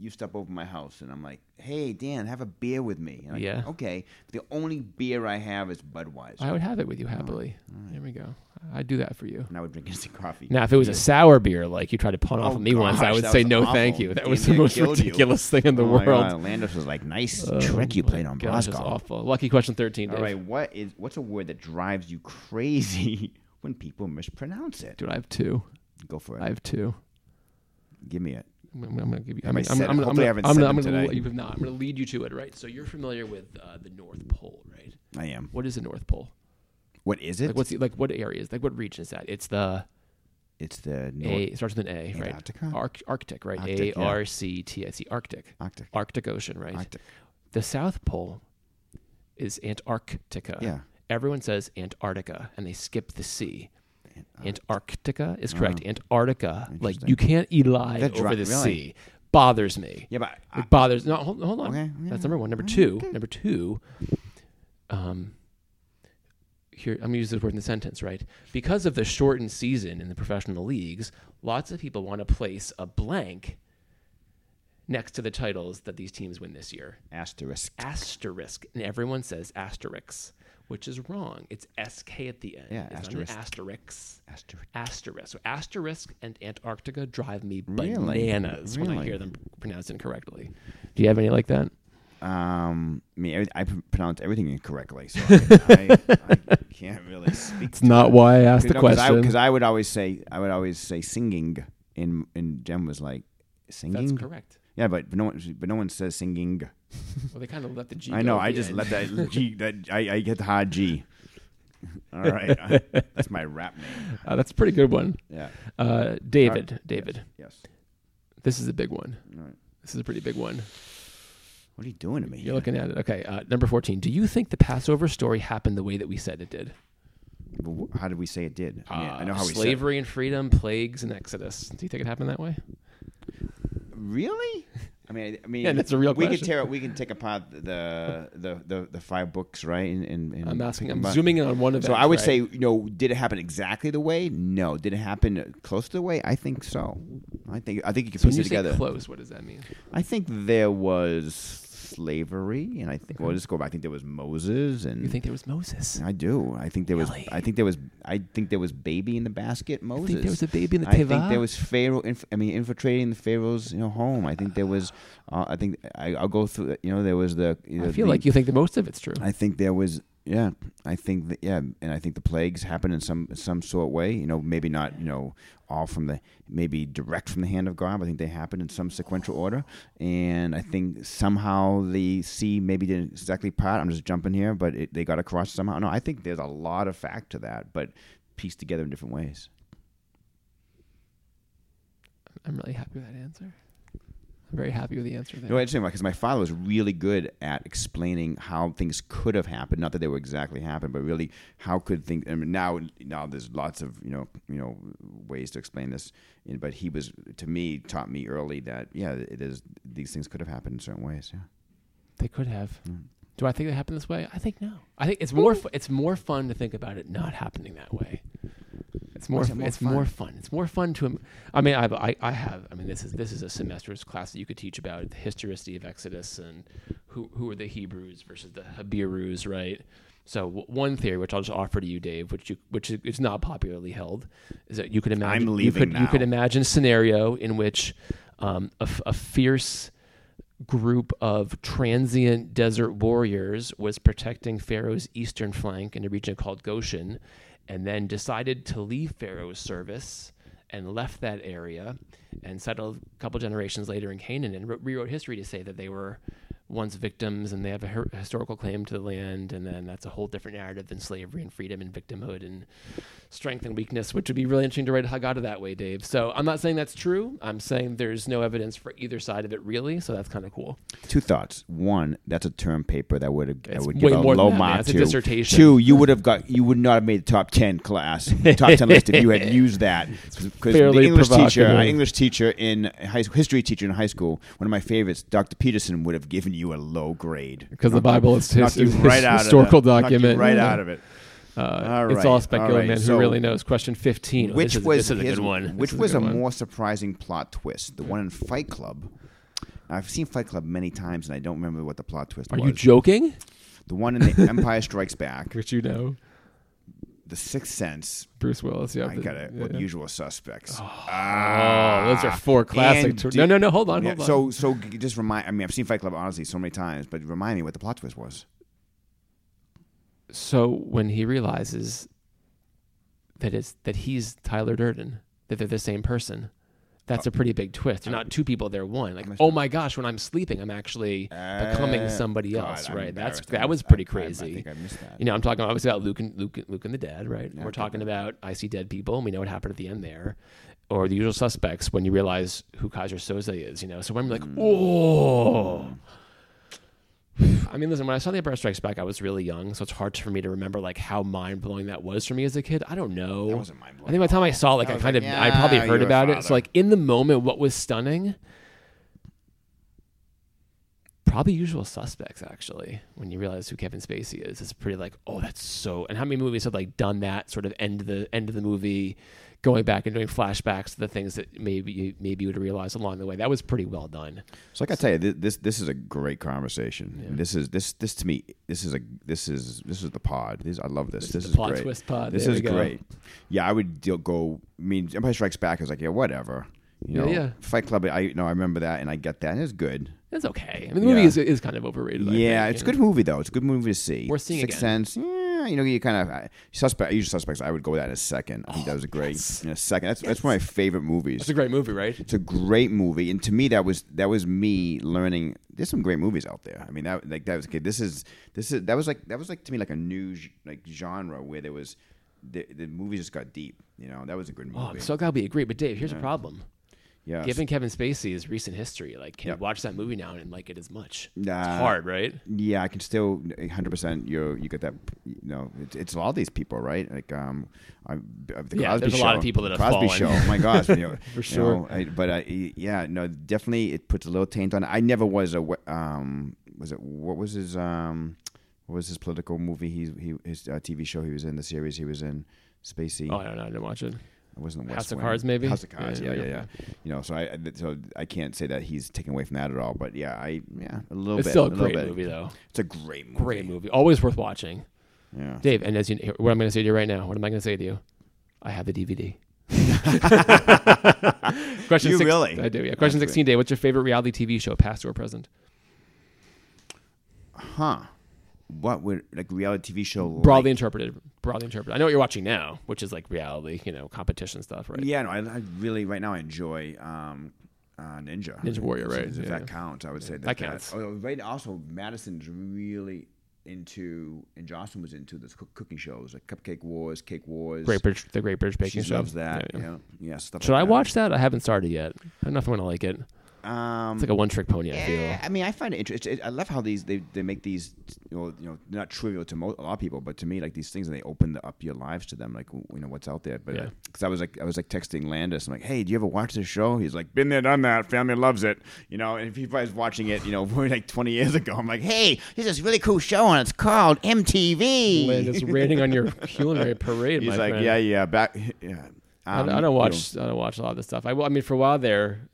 Speaker 2: you step over my house and I'm like, hey Dan, have a beer with me. And I-
Speaker 1: Yeah.
Speaker 2: Okay. But the only beer I have is Budweiser,
Speaker 1: I would have it with you happily. There we go. I'd do that for you.
Speaker 2: and I would drink instant coffee.
Speaker 1: Now, if it was a sour beer, like you tried to pawn off
Speaker 2: Mm. Oh,
Speaker 1: of me once, I
Speaker 2: gosh,
Speaker 1: would
Speaker 2: that
Speaker 1: say
Speaker 2: was
Speaker 1: no,
Speaker 2: awful.
Speaker 1: thank you. That
Speaker 2: Damn
Speaker 1: was the
Speaker 2: near
Speaker 1: most
Speaker 2: killed you.
Speaker 1: ridiculous thing in the
Speaker 2: Oh my
Speaker 1: world. Oh
Speaker 2: God, Landis was like, nice trick you played on
Speaker 1: Gosh, that's
Speaker 2: Bosco.
Speaker 1: awful. Lucky question thirteen.
Speaker 2: All
Speaker 1: Dave.
Speaker 2: right. What is what's a word that drives you crazy when people mispronounce it?
Speaker 1: dude, I have two.
Speaker 2: Go for it.
Speaker 1: I have two.
Speaker 2: Give me it.
Speaker 1: I'm, I'm gonna give you.
Speaker 2: Have I
Speaker 1: I'm,
Speaker 2: said it?
Speaker 1: I'm, I'm,
Speaker 2: Hopefully I
Speaker 1: I'm,
Speaker 2: haven't
Speaker 1: I'm,
Speaker 2: said
Speaker 1: I'm
Speaker 2: them
Speaker 1: gonna.
Speaker 2: today.
Speaker 1: You have not. I'm gonna lead you to it, right? So you're familiar with uh, the North Pole, right?
Speaker 2: I am.
Speaker 1: What is the North Pole?
Speaker 2: What is it?
Speaker 1: Like, what's the, like what areas? Like, what region is that? It's the
Speaker 2: it's the North
Speaker 1: A. It starts with an A, right?
Speaker 2: Antarctica?
Speaker 1: Arc, Arctic, right? A
Speaker 2: Arctic, yeah.
Speaker 1: R C T I C. Arctic.
Speaker 2: Arctic.
Speaker 1: Arctic Ocean, right?
Speaker 2: Arctic.
Speaker 1: The South Pole is Antarctica.
Speaker 2: Yeah.
Speaker 1: Everyone says Antarctica, and they skip the C. Antarctica is correct. Antarctica, like you can't elide
Speaker 2: Oh. That dri-
Speaker 1: over the
Speaker 2: really?
Speaker 1: C. Bothers me.
Speaker 2: Yeah, but I,
Speaker 1: It bothers. No, hold, hold on.
Speaker 2: Ah. Okay,
Speaker 1: That's number one. Number two. Number two. Um, here I'm gonna use this word in the sentence, right? Because of the shortened season in the professional leagues, lots of people want to place a blank next to the titles that these teams win this year.
Speaker 2: asterisk.
Speaker 1: Asterisk, and everyone says asterisk, which is wrong. It's sk at the end.
Speaker 2: Yeah,
Speaker 1: it's
Speaker 2: asterisk.
Speaker 1: Not an asterisk.
Speaker 2: Asterisk.
Speaker 1: Asterisk. So asterisk and Antarctica drive me
Speaker 2: Really?
Speaker 1: bananas when I
Speaker 2: Really?
Speaker 1: hear them pronounced incorrectly. Do you have any like that?
Speaker 2: Um, I mean, I, I pr- pronounce everything incorrectly, so I, I, I can't really speak.
Speaker 1: It's not why I asked
Speaker 2: Because I, 'cause I would always say, I would always say singing and and Jen was like, singing.
Speaker 1: That's correct.
Speaker 2: Yeah, but no one, but no one says singing.
Speaker 1: Well, they kind of let the G.
Speaker 2: I
Speaker 1: go
Speaker 2: know.
Speaker 1: at
Speaker 2: I
Speaker 1: the
Speaker 2: just
Speaker 1: end.
Speaker 2: let that G. That I, I get the hard G. All right, that's my rap name.
Speaker 1: Uh, that's a pretty good one,
Speaker 2: Yeah.
Speaker 1: uh, David. David,
Speaker 2: Yes. yes.
Speaker 1: this is a big one.
Speaker 2: All right.
Speaker 1: This is a pretty big one.
Speaker 2: What are you doing to me?
Speaker 1: You're looking at it. Okay, uh, number fourteen. Do you think the Passover story happened the way that we said it did?
Speaker 2: Well, wh- How did we say it did? I, mean, I know
Speaker 1: Uh,
Speaker 2: how we said. it.
Speaker 1: slavery and freedom, plagues and Exodus. Do you think it happened that way?
Speaker 2: Really? I mean, I mean,
Speaker 1: Yeah, that's a real
Speaker 2: we
Speaker 1: question.
Speaker 2: could tear. We can take apart the the the, the five books, right? And, and, and
Speaker 1: I'm asking.
Speaker 2: pick
Speaker 1: I'm
Speaker 2: them up.
Speaker 1: zooming in on one of
Speaker 2: Mm. So I would say, you know, did it happen exactly the way? No. Did it happen close to the way? I think so. I think I think you can
Speaker 1: so when
Speaker 2: piece
Speaker 1: you say
Speaker 2: it together.
Speaker 1: close, what does that mean?
Speaker 2: I think there was slavery, and I think well, just go back. I think there was Moses, and
Speaker 1: You think there was Moses?
Speaker 2: I do. I think there was.
Speaker 1: Really?
Speaker 2: I think there was. I think there was baby in the basket.
Speaker 1: I
Speaker 2: Moses.
Speaker 1: think there was a baby in the
Speaker 2: I
Speaker 1: teva.
Speaker 2: think there was Pharaoh. Inf- I mean, infiltrating the Pharaoh's you know home. I think there was. Uh, I think I, I'll go through. You know, there was the. You know,
Speaker 1: I feel
Speaker 2: the-
Speaker 1: like you think the most of it's true.
Speaker 2: I think there was. Yeah, I think that. Yeah, and I think the plagues happened in some some sort way. You know, maybe not. You know, all from the maybe direct from the hand of God. But I think they happened in some sequential order, and I think somehow the sea maybe didn't exactly part. I'm just jumping here, but it, they got across somehow. No, I think there's a lot of fact to that, but pieced together in different ways.
Speaker 1: I'm really happy with that answer. I'm very happy with the answer there.
Speaker 2: No, it's interesting because my father was really good at explaining how things could have happened. Not that they were exactly happened, but really how could things. I mean, now, now there's lots of you know, you know, ways to explain this. And- But he was, to me, taught me early that yeah, it is these things could have happened in certain ways. Yeah.
Speaker 1: They could have.
Speaker 2: Mm.
Speaker 1: Do I think they happened this way? I think no. I think
Speaker 2: Hmm.
Speaker 1: it's more. Fu- it's more fun to think about it not happening that way. It's more.
Speaker 2: is it
Speaker 1: fu-
Speaker 2: more
Speaker 1: it's more fun. It's more fun to. im- I mean, I've, I I have. I mean, this is this is a semester's class that you could teach about the historicity of Exodus and who who are the Hebrews versus the Habirus, right? So w- one theory, which I'll just offer to you, Dave, which you which is it's not popularly held, is that you could imagine you
Speaker 2: leaving
Speaker 1: could you
Speaker 2: now.
Speaker 1: could imagine a scenario in which um, a, f- a fierce group of transient desert warriors was protecting Pharaoh's eastern flank in a region called Goshen, and then decided to leave Pharaoh's service and left that area and settled a couple generations later in Canaan and wrote, rewrote history to say that they were once victims and they have a her- historical claim to the land and then that's a whole different narrative than slavery and freedom and victimhood and strength and weakness which would be really interesting to write Haggadah that way Dave so I'm not saying that's true I'm saying there's no evidence for either side of it really so that's kind of cool
Speaker 2: Two thoughts. One, that's a term paper that would have, that
Speaker 1: It's
Speaker 2: would
Speaker 1: way
Speaker 2: give a
Speaker 1: more than
Speaker 2: low
Speaker 1: that, man.
Speaker 2: mark
Speaker 1: It's a
Speaker 2: to.
Speaker 1: dissertation.
Speaker 2: Two, you would have got you would not have made the top ten class, top ten list if you had used that. Because the
Speaker 1: fairly
Speaker 2: English teacher,
Speaker 1: provocative.
Speaker 2: our English teacher in high school, history teacher in high school, one of my favorites, Dr. Peterson would have given you a low grade
Speaker 1: because the Bible is
Speaker 2: Knocked you right out of
Speaker 1: historical
Speaker 2: it. Knocked you
Speaker 1: document
Speaker 2: right out of it.
Speaker 1: Uh,
Speaker 2: All
Speaker 1: It's
Speaker 2: right,
Speaker 1: all
Speaker 2: all
Speaker 1: speculative,
Speaker 2: right,
Speaker 1: man.
Speaker 2: so-
Speaker 1: who really knows? Question fifteen. Oh,
Speaker 2: which
Speaker 1: this is,
Speaker 2: was
Speaker 1: this is a
Speaker 2: his-
Speaker 1: good one. This
Speaker 2: Which
Speaker 1: is
Speaker 2: was a,
Speaker 1: good one.
Speaker 2: more surprising plot twist. The one in Fight Club. I've seen Fight Club many times, and I don't remember what the plot twist
Speaker 1: Are
Speaker 2: was.
Speaker 1: you joking?
Speaker 2: the one in the Empire Strikes Back,
Speaker 1: Which you know,
Speaker 2: The Sixth Sense.
Speaker 1: Bruce Willis. Yeah,
Speaker 2: I
Speaker 1: but-
Speaker 2: got it.
Speaker 1: yeah, yeah.
Speaker 2: Usual Suspects.
Speaker 1: Oh, those are four classic.
Speaker 2: And
Speaker 1: Tur-
Speaker 2: do-
Speaker 1: no, no, no. Hold on,
Speaker 2: Yeah,
Speaker 1: hold on.
Speaker 2: So, so g- just remind. I mean, I've seen Fight Club honestly so many times, but remind me what the plot twist was.
Speaker 1: so when he realizes that it's that he's Tyler Durden, that they're the same person. That's a
Speaker 2: Uh,
Speaker 1: pretty big twist. They're not two people; they're one. Like, oh my gosh, when I'm sleeping, I'm actually becoming
Speaker 2: Uh,
Speaker 1: somebody
Speaker 2: God,
Speaker 1: else,
Speaker 2: I'm
Speaker 1: right? That's
Speaker 2: embarrassed. I
Speaker 1: that was
Speaker 2: missed-
Speaker 1: pretty
Speaker 2: I- I-
Speaker 1: crazy.
Speaker 2: I, think I missed that.
Speaker 1: You know, I'm talking obviously about Luke and Luke, Luke and the dad, right? We're
Speaker 2: okay.
Speaker 1: talking about I see dead people. and We know what happened at the end there, or the usual suspects when you realize who Kaiser Soze is. You know, so when I'm like,
Speaker 2: Mm.
Speaker 1: oh. I mean, listen. When I saw The Empire Strikes Back, I was really young, so it's hard for me to remember like how mind blowing that was for me as a kid. I don't know.
Speaker 2: That wasn't mind-blowing
Speaker 1: I think by the time I saw, it, like,
Speaker 2: I
Speaker 1: I
Speaker 2: was
Speaker 1: kind
Speaker 2: like,
Speaker 1: of, I probably
Speaker 2: "Yeah,
Speaker 1: heard
Speaker 2: you're a
Speaker 1: about it. So,
Speaker 2: father."
Speaker 1: like in the moment, what was stunning? Probably Usual Suspects, actually. When you realize who Kevin Spacey is, it's pretty like, oh, that's so. And how many movies have like done that sort of end of the end of the movie, going back and doing flashbacks to the things that maybe you maybe you would realize along the way. That was pretty well done.
Speaker 2: So I got to tell you, thi- this this is a great conversation. This is this this to me. This is a this is this is the pod. This I love this. This,
Speaker 1: the
Speaker 2: is
Speaker 1: plot
Speaker 2: great.
Speaker 1: twist pod.
Speaker 2: This
Speaker 1: Uh, There
Speaker 2: is
Speaker 1: we go.
Speaker 2: great. Yeah, I would deal, go. I mean, Empire Strikes Back. I was like, yeah, whatever. You
Speaker 1: Yeah,
Speaker 2: know,
Speaker 1: yeah.
Speaker 2: Fight Club. I you know I remember that, and I get that. And it's good.
Speaker 1: It's okay. I mean, the movie
Speaker 2: Yeah.
Speaker 1: is is kind of overrated. I
Speaker 2: yeah,
Speaker 1: think,
Speaker 2: it's a
Speaker 1: you know.
Speaker 2: good movie though. It's a good movie to see.
Speaker 1: Worth seeing
Speaker 2: Sixth
Speaker 1: again.
Speaker 2: Sense. Yeah, eh, you know, you kind of suspect. Usual suspects. I would go with that in a second. I think that was a great in a second. That's that's one of my favorite movies.
Speaker 1: It's a great movie, right?
Speaker 2: It's a great movie, and to me, that was that was me learning. There's some great movies out there. I mean, that like that was okay. This is this is that was like that was like to me like a new g- like genre where there was the the movie just got deep. You know, that was a good movie.
Speaker 1: Oh, I'm so glad we agree. But Dave, here's a problem.
Speaker 2: yeah,
Speaker 1: Given Kevin Spacey his recent history, like can
Speaker 2: Yep. Uh,
Speaker 1: you watch that movie now and like it as much?
Speaker 2: Nah.
Speaker 1: It's hard, right?
Speaker 2: yeah, I can still 100. percent You you get that. You know, it's, it's a lot of these people, right? Like um, I, of the Crosby
Speaker 1: Yeah, there's a
Speaker 2: show,
Speaker 1: lot of people that have
Speaker 2: Crosby
Speaker 1: fallen.
Speaker 2: show. Oh my gosh, you know,
Speaker 1: For
Speaker 2: you
Speaker 1: sure.
Speaker 2: know, I, but I, yeah, no, definitely it puts a little taint on. it. I never was a we- um, was it what was his um, what was his political movie? He he his uh, TV show he was in the series he was in. Spacey.
Speaker 1: Oh, I don't know. I didn't watch it.
Speaker 2: I wasn't the
Speaker 1: House
Speaker 2: West
Speaker 1: of
Speaker 2: Wing.
Speaker 1: Cards, maybe?
Speaker 2: House of Cards,
Speaker 1: Yeah,
Speaker 2: yeah, yeah, yeah.
Speaker 1: yeah,
Speaker 2: You know, so I I- so I can't say that he's taken away from that at all. But yeah, I yeah, a little
Speaker 1: It's
Speaker 2: bit.
Speaker 1: still a
Speaker 2: little
Speaker 1: great
Speaker 2: bit.
Speaker 1: movie, though.
Speaker 2: It's a great movie.
Speaker 1: Great movie. Always worth watching.
Speaker 2: Yeah.
Speaker 1: Dave, and as you, what I'm going to say to you right now, what am I going to say to you? I have the DVD. Question
Speaker 2: You
Speaker 1: six-
Speaker 2: really?
Speaker 1: I do. Yeah. Question
Speaker 2: That's
Speaker 1: sixteen, Dave. What's your favorite reality TV show, past or present?
Speaker 2: Huh. What would like reality TV show? like-
Speaker 1: Broadly interpreted. Broadly interpreted. I know what you're watching now, which is like reality, you know, competition stuff, right?
Speaker 2: Yeah, no, I, I really right now I enjoy um, uh, Ninja.
Speaker 1: Ninja Warrior, right,
Speaker 2: If
Speaker 1: yeah.
Speaker 2: that counts, I would say that,
Speaker 1: that counts.
Speaker 2: oh, right, also, Madison's really into, and Jocelyn was into this cook- cooking shows like Cupcake Wars, Cake Wars.
Speaker 1: Great British, the Great British Baking
Speaker 2: She
Speaker 1: Show.
Speaker 2: loves that.
Speaker 1: Yeah,
Speaker 2: Yeah,
Speaker 1: yeah.
Speaker 2: yeah. stuff
Speaker 1: Should
Speaker 2: like
Speaker 1: I
Speaker 2: that.
Speaker 1: watch that? I haven't started yet. I don't know if I'm going to like it.
Speaker 2: Um,
Speaker 1: It's like a one-trick pony. I feel.
Speaker 2: yeah, Eh, I mean, I find it interesting. I love how these they, they make these you know, you know they're not trivial to mo- a lot of people, but to me, like these things, and they open up your lives to them, like w- you know what's out there. But
Speaker 1: Yeah.
Speaker 2: because I was like, I was like texting Landis, I'm like, hey, do you ever watch this show? He's like, been there, done that. Family loves it, you know. And if you guys watching it, you know, more like 20 years ago, I'm like, hey, there's this really cool show, and it's called MTV.
Speaker 1: Lynn is raining on your culinary parade.
Speaker 2: He's
Speaker 1: my
Speaker 2: like,
Speaker 1: friend.
Speaker 2: yeah, yeah, back, yeah.
Speaker 1: I,
Speaker 2: Um,
Speaker 1: I
Speaker 2: you
Speaker 1: don't
Speaker 2: know,
Speaker 1: watch. I don't watch a lot of this stuff. I, wa- I mean, for a while there,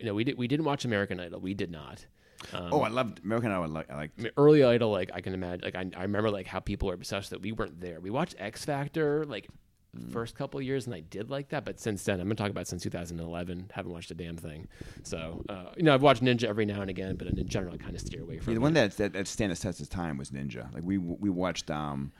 Speaker 1: you know, we did. We didn't watch American Idol. We did not. Um,
Speaker 2: Oh, I loved American Idol. I like, I liked
Speaker 1: I mean, early Idol, like I can imagine. Like I, I remember, like how people were obsessed that we weren't there. We watched X Factor, like
Speaker 2: Mm.
Speaker 1: first couple of years, and I did like that. But since then, I'm gonna talk about since 2011. Haven't watched a damn thing. So uh, you know, I've watched Ninja every now and again, but in general, I kind of steer away from.
Speaker 2: Yeah, the
Speaker 1: it.
Speaker 2: one that that, that stand the test of time was Ninja. Like we we watched. Um,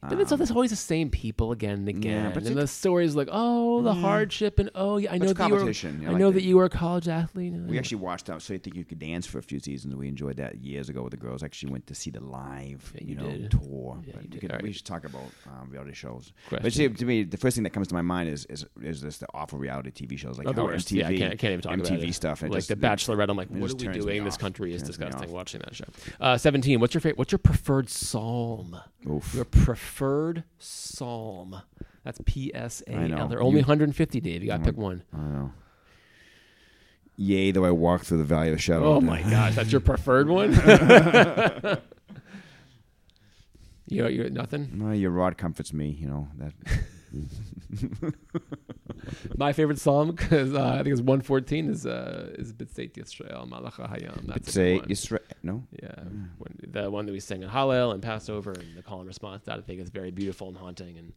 Speaker 1: But it's, it's always the same people again and again.
Speaker 2: but
Speaker 1: and
Speaker 2: it- Mm.
Speaker 1: the stories like, oh, the hardship, and oh, yeah, I know
Speaker 2: it's
Speaker 1: that you were,
Speaker 2: competition, you
Speaker 1: I
Speaker 2: know,
Speaker 1: know
Speaker 2: like
Speaker 1: that
Speaker 2: the-
Speaker 1: you were a college athlete. and-
Speaker 2: we actually watched. Uh, so you think you could dance for a few seasons? We enjoyed that years ago with the girls. Actually went to see the live, you,
Speaker 1: you
Speaker 2: know,
Speaker 1: did.
Speaker 2: tour.
Speaker 1: Yeah,
Speaker 2: But
Speaker 1: you
Speaker 2: we,
Speaker 1: did.
Speaker 2: could-
Speaker 1: All right.
Speaker 2: we should talk about um, reality shows. But see,
Speaker 1: Question.
Speaker 2: to me, the first thing that comes to my mind is is, is this the awful reality TV shows like
Speaker 1: Oh, the
Speaker 2: how
Speaker 1: worst.
Speaker 2: MTV,
Speaker 1: Yeah, I can't, I can't even talk
Speaker 2: MTV
Speaker 1: about it.
Speaker 2: stuff, and
Speaker 1: like
Speaker 2: just,
Speaker 1: The Bachelorette, I'm like, what are
Speaker 2: just
Speaker 1: we
Speaker 2: turns me
Speaker 1: doing? This
Speaker 2: off.
Speaker 1: country is
Speaker 2: Turns me
Speaker 1: disgusting.
Speaker 2: off.
Speaker 1: Watching that show. Uh, 17. What's your favorite? What's your preferred psalm?
Speaker 2: Oof.
Speaker 1: Your preferred psalm. That's P S A
Speaker 2: I know.
Speaker 1: L. There are only
Speaker 2: You-
Speaker 1: 150, Dave. You got to pick one.
Speaker 2: I know. Yea, though I walk through the valley of the shadow.
Speaker 1: Oh
Speaker 2: of death.
Speaker 1: my gosh, that's your preferred one. you know, you're nothing.
Speaker 2: No, your rod comforts me. You know that.
Speaker 1: My favorite psalm, because uh, I think it's 114, is uh, is B'tzeit Yisrael Malach Hayam. That's a good
Speaker 2: Say
Speaker 1: one.
Speaker 2: Israel. No.
Speaker 1: Yeah,
Speaker 2: Hmm.
Speaker 1: when, the one that we sang in Hallel and Passover and the call and response. That I think is very beautiful and haunting, and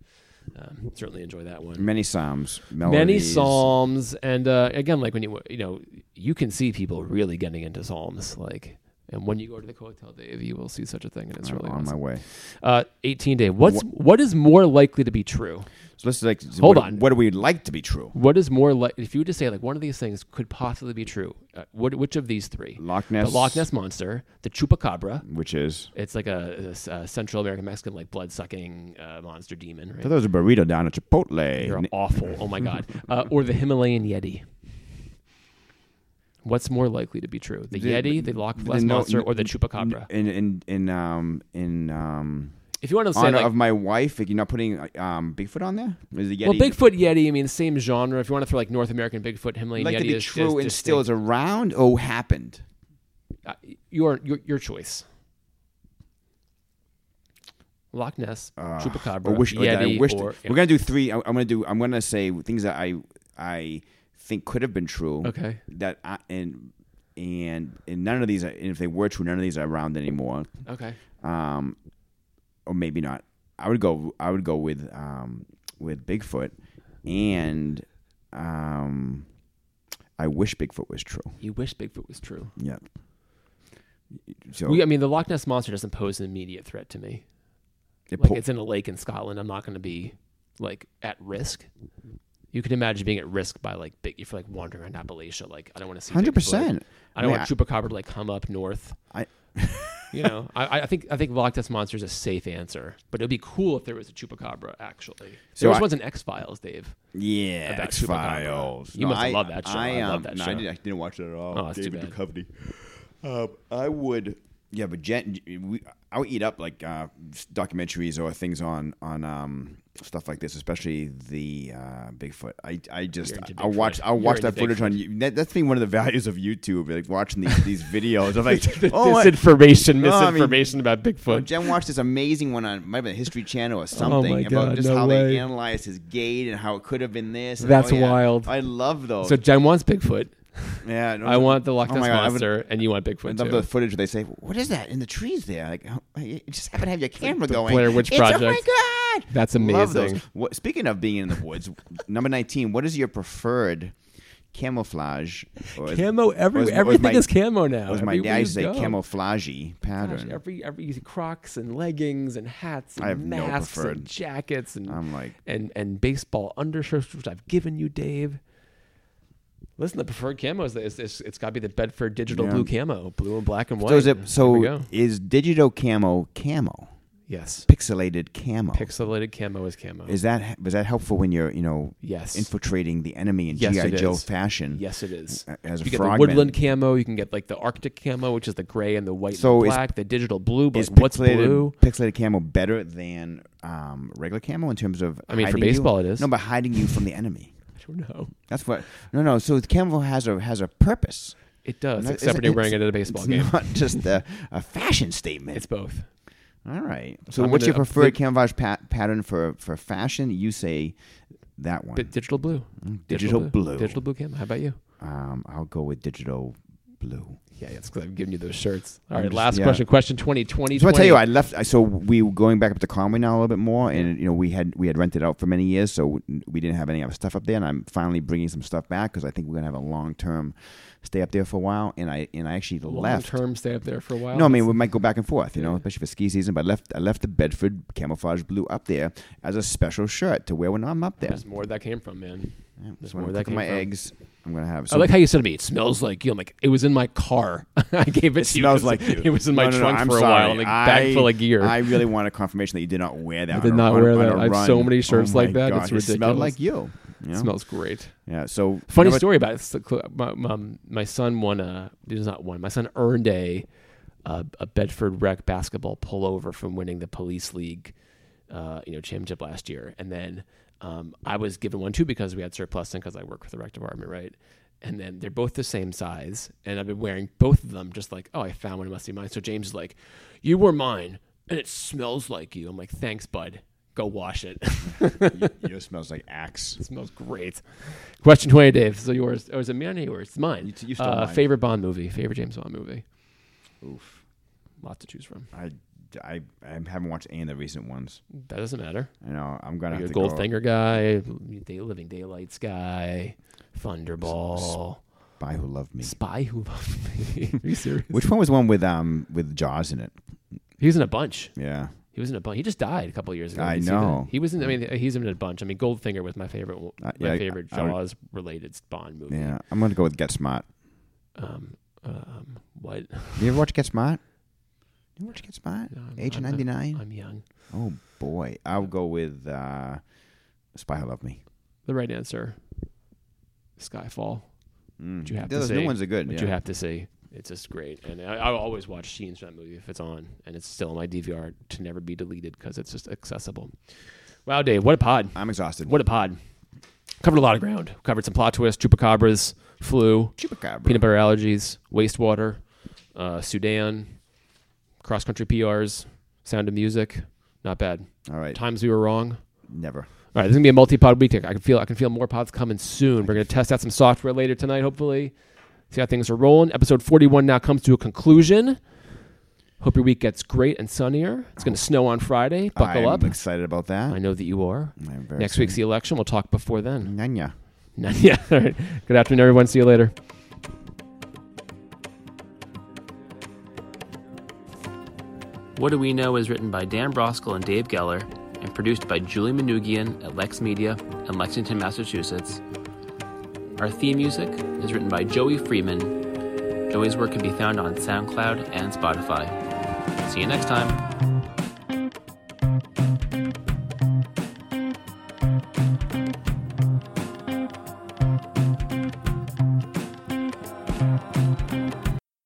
Speaker 1: um, certainly enjoy that one.
Speaker 2: Many psalms, melodies.
Speaker 1: Many psalms, and uh, again, like when you you know you can see people really getting into psalms, like. And when you go to the Kotel, Dave, you will see such a thing, and it's
Speaker 2: I'm
Speaker 1: really
Speaker 2: on my
Speaker 1: awesome.
Speaker 2: way.
Speaker 1: Uh, 18, Dave. What's what is more likely to be true?
Speaker 2: So let's like
Speaker 1: Hold
Speaker 2: what-
Speaker 1: on.
Speaker 2: What do we like to be true?
Speaker 1: What is more like if you were to say like one of these things could possibly be true? Uh, what which of these three?
Speaker 2: Loch
Speaker 1: the
Speaker 2: Ness,
Speaker 1: Loch Ness monster, the chupacabra,
Speaker 2: which is
Speaker 1: It's like a, a- a Central American Mexican like blood sucking uh, monster demon.
Speaker 2: so
Speaker 1: Right?
Speaker 2: there's a burrito down at Chipotle.
Speaker 1: They're
Speaker 2: N-
Speaker 1: awful. Oh my god. Uh, or the Himalayan Yeti. What's more likely to be true, the,
Speaker 2: The-
Speaker 1: Yeti, the Loch
Speaker 2: the
Speaker 1: Ness
Speaker 2: no-
Speaker 1: monster,
Speaker 2: n-
Speaker 1: or the Chupacabra?
Speaker 2: In in in um in um
Speaker 1: if you want to say
Speaker 2: honor
Speaker 1: like,
Speaker 2: of my wife, like, you're not putting um Bigfoot on there. Is the Yeti
Speaker 1: well, Bigfoot Yeti. I mean, same genre. If you want to throw like North American Bigfoot, Himalayan
Speaker 2: like
Speaker 1: Yeti
Speaker 2: to be
Speaker 1: is
Speaker 2: true
Speaker 1: is
Speaker 2: and still
Speaker 1: distinct.
Speaker 2: is around? Oh, happened.
Speaker 1: Uh, your, your your choice. Loch Ness, Chupacabra,
Speaker 2: Uh, Or wish, or that
Speaker 1: Yeti,
Speaker 2: Ah, I wished.
Speaker 1: or
Speaker 2: We're gonna do three. I, I'm gonna do. I'm gonna say things that I I think could have been true.
Speaker 1: okay.
Speaker 2: That I, and and and none of these. Are, and if they were true, none of these are around anymore.
Speaker 1: Okay.
Speaker 2: um, or maybe not. I would go. I would go with um, with Bigfoot, and um, I wish Bigfoot was true.
Speaker 1: You wish Bigfoot was true.
Speaker 2: Yeah. So
Speaker 1: We, I mean, the Loch Ness monster doesn't pose an immediate threat to me.
Speaker 2: It
Speaker 1: like
Speaker 2: pull-
Speaker 1: it's in a lake in Scotland. I'm not going to be like at risk. You can imagine being at risk by like big if you're like wandering around Appalachia. Like I don't want to see
Speaker 2: hundred
Speaker 1: Bigfoot.
Speaker 2: percent.
Speaker 1: I don't
Speaker 2: Man,
Speaker 1: want chupacabra to like come up north.
Speaker 2: I-
Speaker 1: you know, I, I think I think Loch Ness monster is a safe answer, but it'd be cool if there was a chupacabra actually.
Speaker 2: So
Speaker 1: there was
Speaker 2: I-
Speaker 1: ones in X Files, Dave.
Speaker 2: Yeah,
Speaker 1: about
Speaker 2: X Files.
Speaker 1: Chupacabra. You must love that show. I love that
Speaker 2: no,
Speaker 1: show.
Speaker 2: I, did, I didn't watch it at all.
Speaker 1: Oh, that's too bad.
Speaker 2: David Duchovny. Um, I would. Yeah, but Jen, we, I would eat up like uh, documentaries or things on on um, stuff like this, especially the uh, Bigfoot. I I just
Speaker 1: You're into
Speaker 2: I watch
Speaker 1: Bigfoot.
Speaker 2: I watch
Speaker 1: You're
Speaker 2: that
Speaker 1: into
Speaker 2: footage on you. That, that's been one of the values of YouTube, like watching these these videos. I'm like, oh, I-
Speaker 1: Disinformation,
Speaker 2: No, I mean-
Speaker 1: misinformation about
Speaker 2: well,
Speaker 1: Bigfoot.
Speaker 2: Jen watched this amazing one on might have been History Channel or something
Speaker 1: Oh my
Speaker 2: about
Speaker 1: God,
Speaker 2: just
Speaker 1: no
Speaker 2: how
Speaker 1: way.
Speaker 2: they analyzed his gait and how it could have been this. and-
Speaker 1: That's
Speaker 2: oh, yeah.
Speaker 1: wild.
Speaker 2: I love those.
Speaker 1: So Jen wants Bigfoot.
Speaker 2: yeah, no,
Speaker 1: I want the Loch
Speaker 2: Oh
Speaker 1: Ness
Speaker 2: my God, I would-
Speaker 1: monster, and you want Bigfoot
Speaker 2: And
Speaker 1: too.
Speaker 2: love the footage where they say, "What is that in the trees there?" Like, how- you just happen to have your camera
Speaker 1: the
Speaker 2: going.
Speaker 1: Blair Witch
Speaker 2: it's, Oh
Speaker 1: Project.
Speaker 2: my god,
Speaker 1: That's
Speaker 2: Love those.
Speaker 1: amazing.
Speaker 2: What, speaking of being in the woods, number nineteen. What is your preferred camouflage? Or
Speaker 1: camo every,
Speaker 2: or is- or is
Speaker 1: everything
Speaker 2: my-
Speaker 1: is camo now.
Speaker 2: Or as my
Speaker 1: Everywhere
Speaker 2: dad
Speaker 1: you
Speaker 2: used to say,
Speaker 1: go.
Speaker 2: camouflagey
Speaker 1: Gosh,
Speaker 2: pattern.
Speaker 1: every every you see Crocs and leggings and hats and
Speaker 2: I have no
Speaker 1: masks
Speaker 2: preferred.
Speaker 1: and jackets and
Speaker 2: I'm like,
Speaker 1: and and baseball undershirts which I've given you, Dave. Listen, the preferred camo is it's, it's, it's got to be the Bedford Digital
Speaker 2: Yeah.
Speaker 1: Blue camo, blue and black and white.
Speaker 2: so is it?
Speaker 1: There we
Speaker 2: So
Speaker 1: go.
Speaker 2: is digito camo camo?
Speaker 1: yes,
Speaker 2: Pixelated camo.
Speaker 1: pixelated camo is camo.
Speaker 2: is that was that helpful when you're you know
Speaker 1: yes,
Speaker 2: infiltrating the enemy in
Speaker 1: Yes,
Speaker 2: GI
Speaker 1: it
Speaker 2: Joe
Speaker 1: is.
Speaker 2: fashion?
Speaker 1: yes, it is.
Speaker 2: a- As a
Speaker 1: You get
Speaker 2: frogman.
Speaker 1: the woodland camo. You can get like the Arctic camo, which is the gray and the white
Speaker 2: So
Speaker 1: and
Speaker 2: is-
Speaker 1: black. the digital blue, but
Speaker 2: is
Speaker 1: like, what's
Speaker 2: pixelated,
Speaker 1: blue?
Speaker 2: pixelated camo better than um, regular camo in terms of?
Speaker 1: I mean, for
Speaker 2: hiding you-
Speaker 1: baseball, it is.
Speaker 2: No, but hiding you from the enemy.
Speaker 1: I don't know.
Speaker 2: That's what. No, no. So the camo has a has a purpose.
Speaker 1: It does,
Speaker 2: Not-
Speaker 1: except
Speaker 2: it's-
Speaker 1: when you're wearing
Speaker 2: it's-
Speaker 1: it at a baseball
Speaker 2: It's
Speaker 1: game.
Speaker 2: not just a, a fashion statement.
Speaker 1: It's both.
Speaker 2: All right. So
Speaker 1: I'm
Speaker 2: what's
Speaker 1: gonna-
Speaker 2: your
Speaker 1: I'm
Speaker 2: preferred
Speaker 1: thi-
Speaker 2: camouflage pat- pattern for for fashion? You say that one.
Speaker 1: But digital blue.
Speaker 2: digital blue.
Speaker 1: Digital blue camo. How about you?
Speaker 2: um, I'll go with digital blue.
Speaker 1: Yeah, it's because I'm giving you those shirts. All
Speaker 2: I'm
Speaker 1: right,
Speaker 2: just-
Speaker 1: last
Speaker 2: yeah.
Speaker 1: question. Question 20, 20,
Speaker 2: So I tell you,
Speaker 1: 20.
Speaker 2: I left. I So we were going back up to Conway now a little bit more, and you know we had we had rented out for many years, so we didn't have any of our stuff up there. And I'm finally bringing some stuff back because I think we're gonna have a long term stay up there for a while. And I and I actually left.
Speaker 1: Long-term stay up there for a while.
Speaker 2: No, I mean we might go back and forth, you know,
Speaker 1: Yeah.
Speaker 2: especially for ski season. But I left I left the Bedford camouflage blue up there as a special shirt to wear when I'm up there.
Speaker 1: there's more where that came from, man.
Speaker 2: Yeah,
Speaker 1: there's
Speaker 2: so when
Speaker 1: more
Speaker 2: I'm
Speaker 1: that
Speaker 2: cooking
Speaker 1: came
Speaker 2: my
Speaker 1: from.
Speaker 2: eggs. I'm gonna have.
Speaker 1: I like how you said to me, "It smells like you." I'm like, "It was in my car. I gave it,
Speaker 2: It
Speaker 1: to you.
Speaker 2: smells
Speaker 1: It was-
Speaker 2: like you.
Speaker 1: It was in my
Speaker 2: No, no, no,
Speaker 1: trunk
Speaker 2: I'm
Speaker 1: for a
Speaker 2: sorry.
Speaker 1: while, like a bag
Speaker 2: I-
Speaker 1: full of gear."
Speaker 2: I really want a confirmation that you did not wear that.
Speaker 1: I did
Speaker 2: on a-
Speaker 1: not
Speaker 2: on a-
Speaker 1: wear
Speaker 2: on a
Speaker 1: that. I have so
Speaker 2: run.
Speaker 1: many shirts
Speaker 2: Oh my
Speaker 1: like that.
Speaker 2: God,
Speaker 1: It's
Speaker 2: it
Speaker 1: ridiculous.
Speaker 2: smelled like you. you
Speaker 1: It
Speaker 2: know?
Speaker 1: smells great.
Speaker 2: Yeah. So
Speaker 1: Funny
Speaker 2: number-
Speaker 1: story about it. It's like, My, my, my son won a. It was not one. My son earned a a, a Bedford Rec basketball pullover from winning the police league, uh, you know, championship last year, and then um, I was given one too because we had surplus and because I work for the rec department, right? And then they're both the same size, and I've been wearing both of them. Just like, oh, I found one. It must be mine. So James is like, "You were mine, and it smells like you." I'm like, "Thanks, bud. Go wash it."
Speaker 2: Yours smells like axe.
Speaker 1: It smells great. Question 20, Dave. So yours, or is it mine or yours? It's mine.
Speaker 2: You t- you stole
Speaker 1: uh,
Speaker 2: mine.
Speaker 1: Favorite Bond movie, favorite James Bond movie.
Speaker 2: Oof.
Speaker 1: Lots to choose from.
Speaker 2: I, I, I haven't watched any of the recent ones.
Speaker 1: That doesn't matter.
Speaker 2: You know, I'm gonna
Speaker 1: Are you
Speaker 2: have
Speaker 1: a
Speaker 2: to go.
Speaker 1: Goldfinger guy, Day, Living Daylights guy, Thunderball,
Speaker 2: Spy Who Loved Me.
Speaker 1: Spy Who Loved Me. Are you serious?
Speaker 2: Which one was the one with um with Jaws in it?
Speaker 1: He was in a bunch.
Speaker 2: Yeah.
Speaker 1: He was in a bunch. He just died a couple of years ago.
Speaker 2: I
Speaker 1: Did you see that?
Speaker 2: know.
Speaker 1: He was in. I mean, he's in a bunch. I mean, Goldfinger was my favorite. one-
Speaker 2: Uh,
Speaker 1: my
Speaker 2: yeah, I-
Speaker 1: favorite
Speaker 2: I would-
Speaker 1: Jaws related Bond movie.
Speaker 2: Yeah. I'm gonna go with Get Smart.
Speaker 1: Um, um, what?
Speaker 2: You ever watch Get Smart? You watch Get Smart?
Speaker 1: No, I'm-
Speaker 2: Age of
Speaker 1: I'm not-
Speaker 2: ninety nine.
Speaker 1: I'm young.
Speaker 2: Oh boy. I'll go with uh, Spy Who Loved Me.
Speaker 1: The right answer, Skyfall.
Speaker 2: Mm.
Speaker 1: you have to
Speaker 2: Those
Speaker 1: say
Speaker 2: new ones are good.
Speaker 1: But
Speaker 2: Yeah.
Speaker 1: you have to see. It's just great, and I, I always watch scenes from that movie if it's on, and it's still on my DVR to never be deleted because it's just accessible. Wow, Dave, what a pod!
Speaker 2: I'm exhausted.
Speaker 1: What a pod! Covered a lot of ground. Covered some plot twists, chupacabras, flu,
Speaker 2: Chupacabra.
Speaker 1: peanut butter allergies, wastewater, uh, Sudan, cross country PRs, Sound of Music. Not bad.
Speaker 2: All right.
Speaker 1: Times we were wrong.
Speaker 2: Never.
Speaker 1: All right, this is gonna be a multi-pod week. I can feel I can feel more pods coming soon. We're gonna test out some software later tonight, hopefully. See how things are rolling. Episode forty-one now comes to a conclusion. Hope your week gets great and sunnier. It's gonna snow on Friday. Buckle
Speaker 2: I'm
Speaker 1: up.
Speaker 2: excited about that.
Speaker 1: I know that you are.
Speaker 2: I'm very
Speaker 1: Next week's the election. We'll talk before then.
Speaker 2: Nanya.
Speaker 1: yeah. All right. Good afternoon, everyone. See you later. What Do We Know is written by Dan Broskell and Dave Geller and produced by Julie Manugian at Lex Media in Lexington, Massachusetts. Our theme music is written by Joey Freeman. Joey's work can be found on SoundCloud and Spotify. See you next time.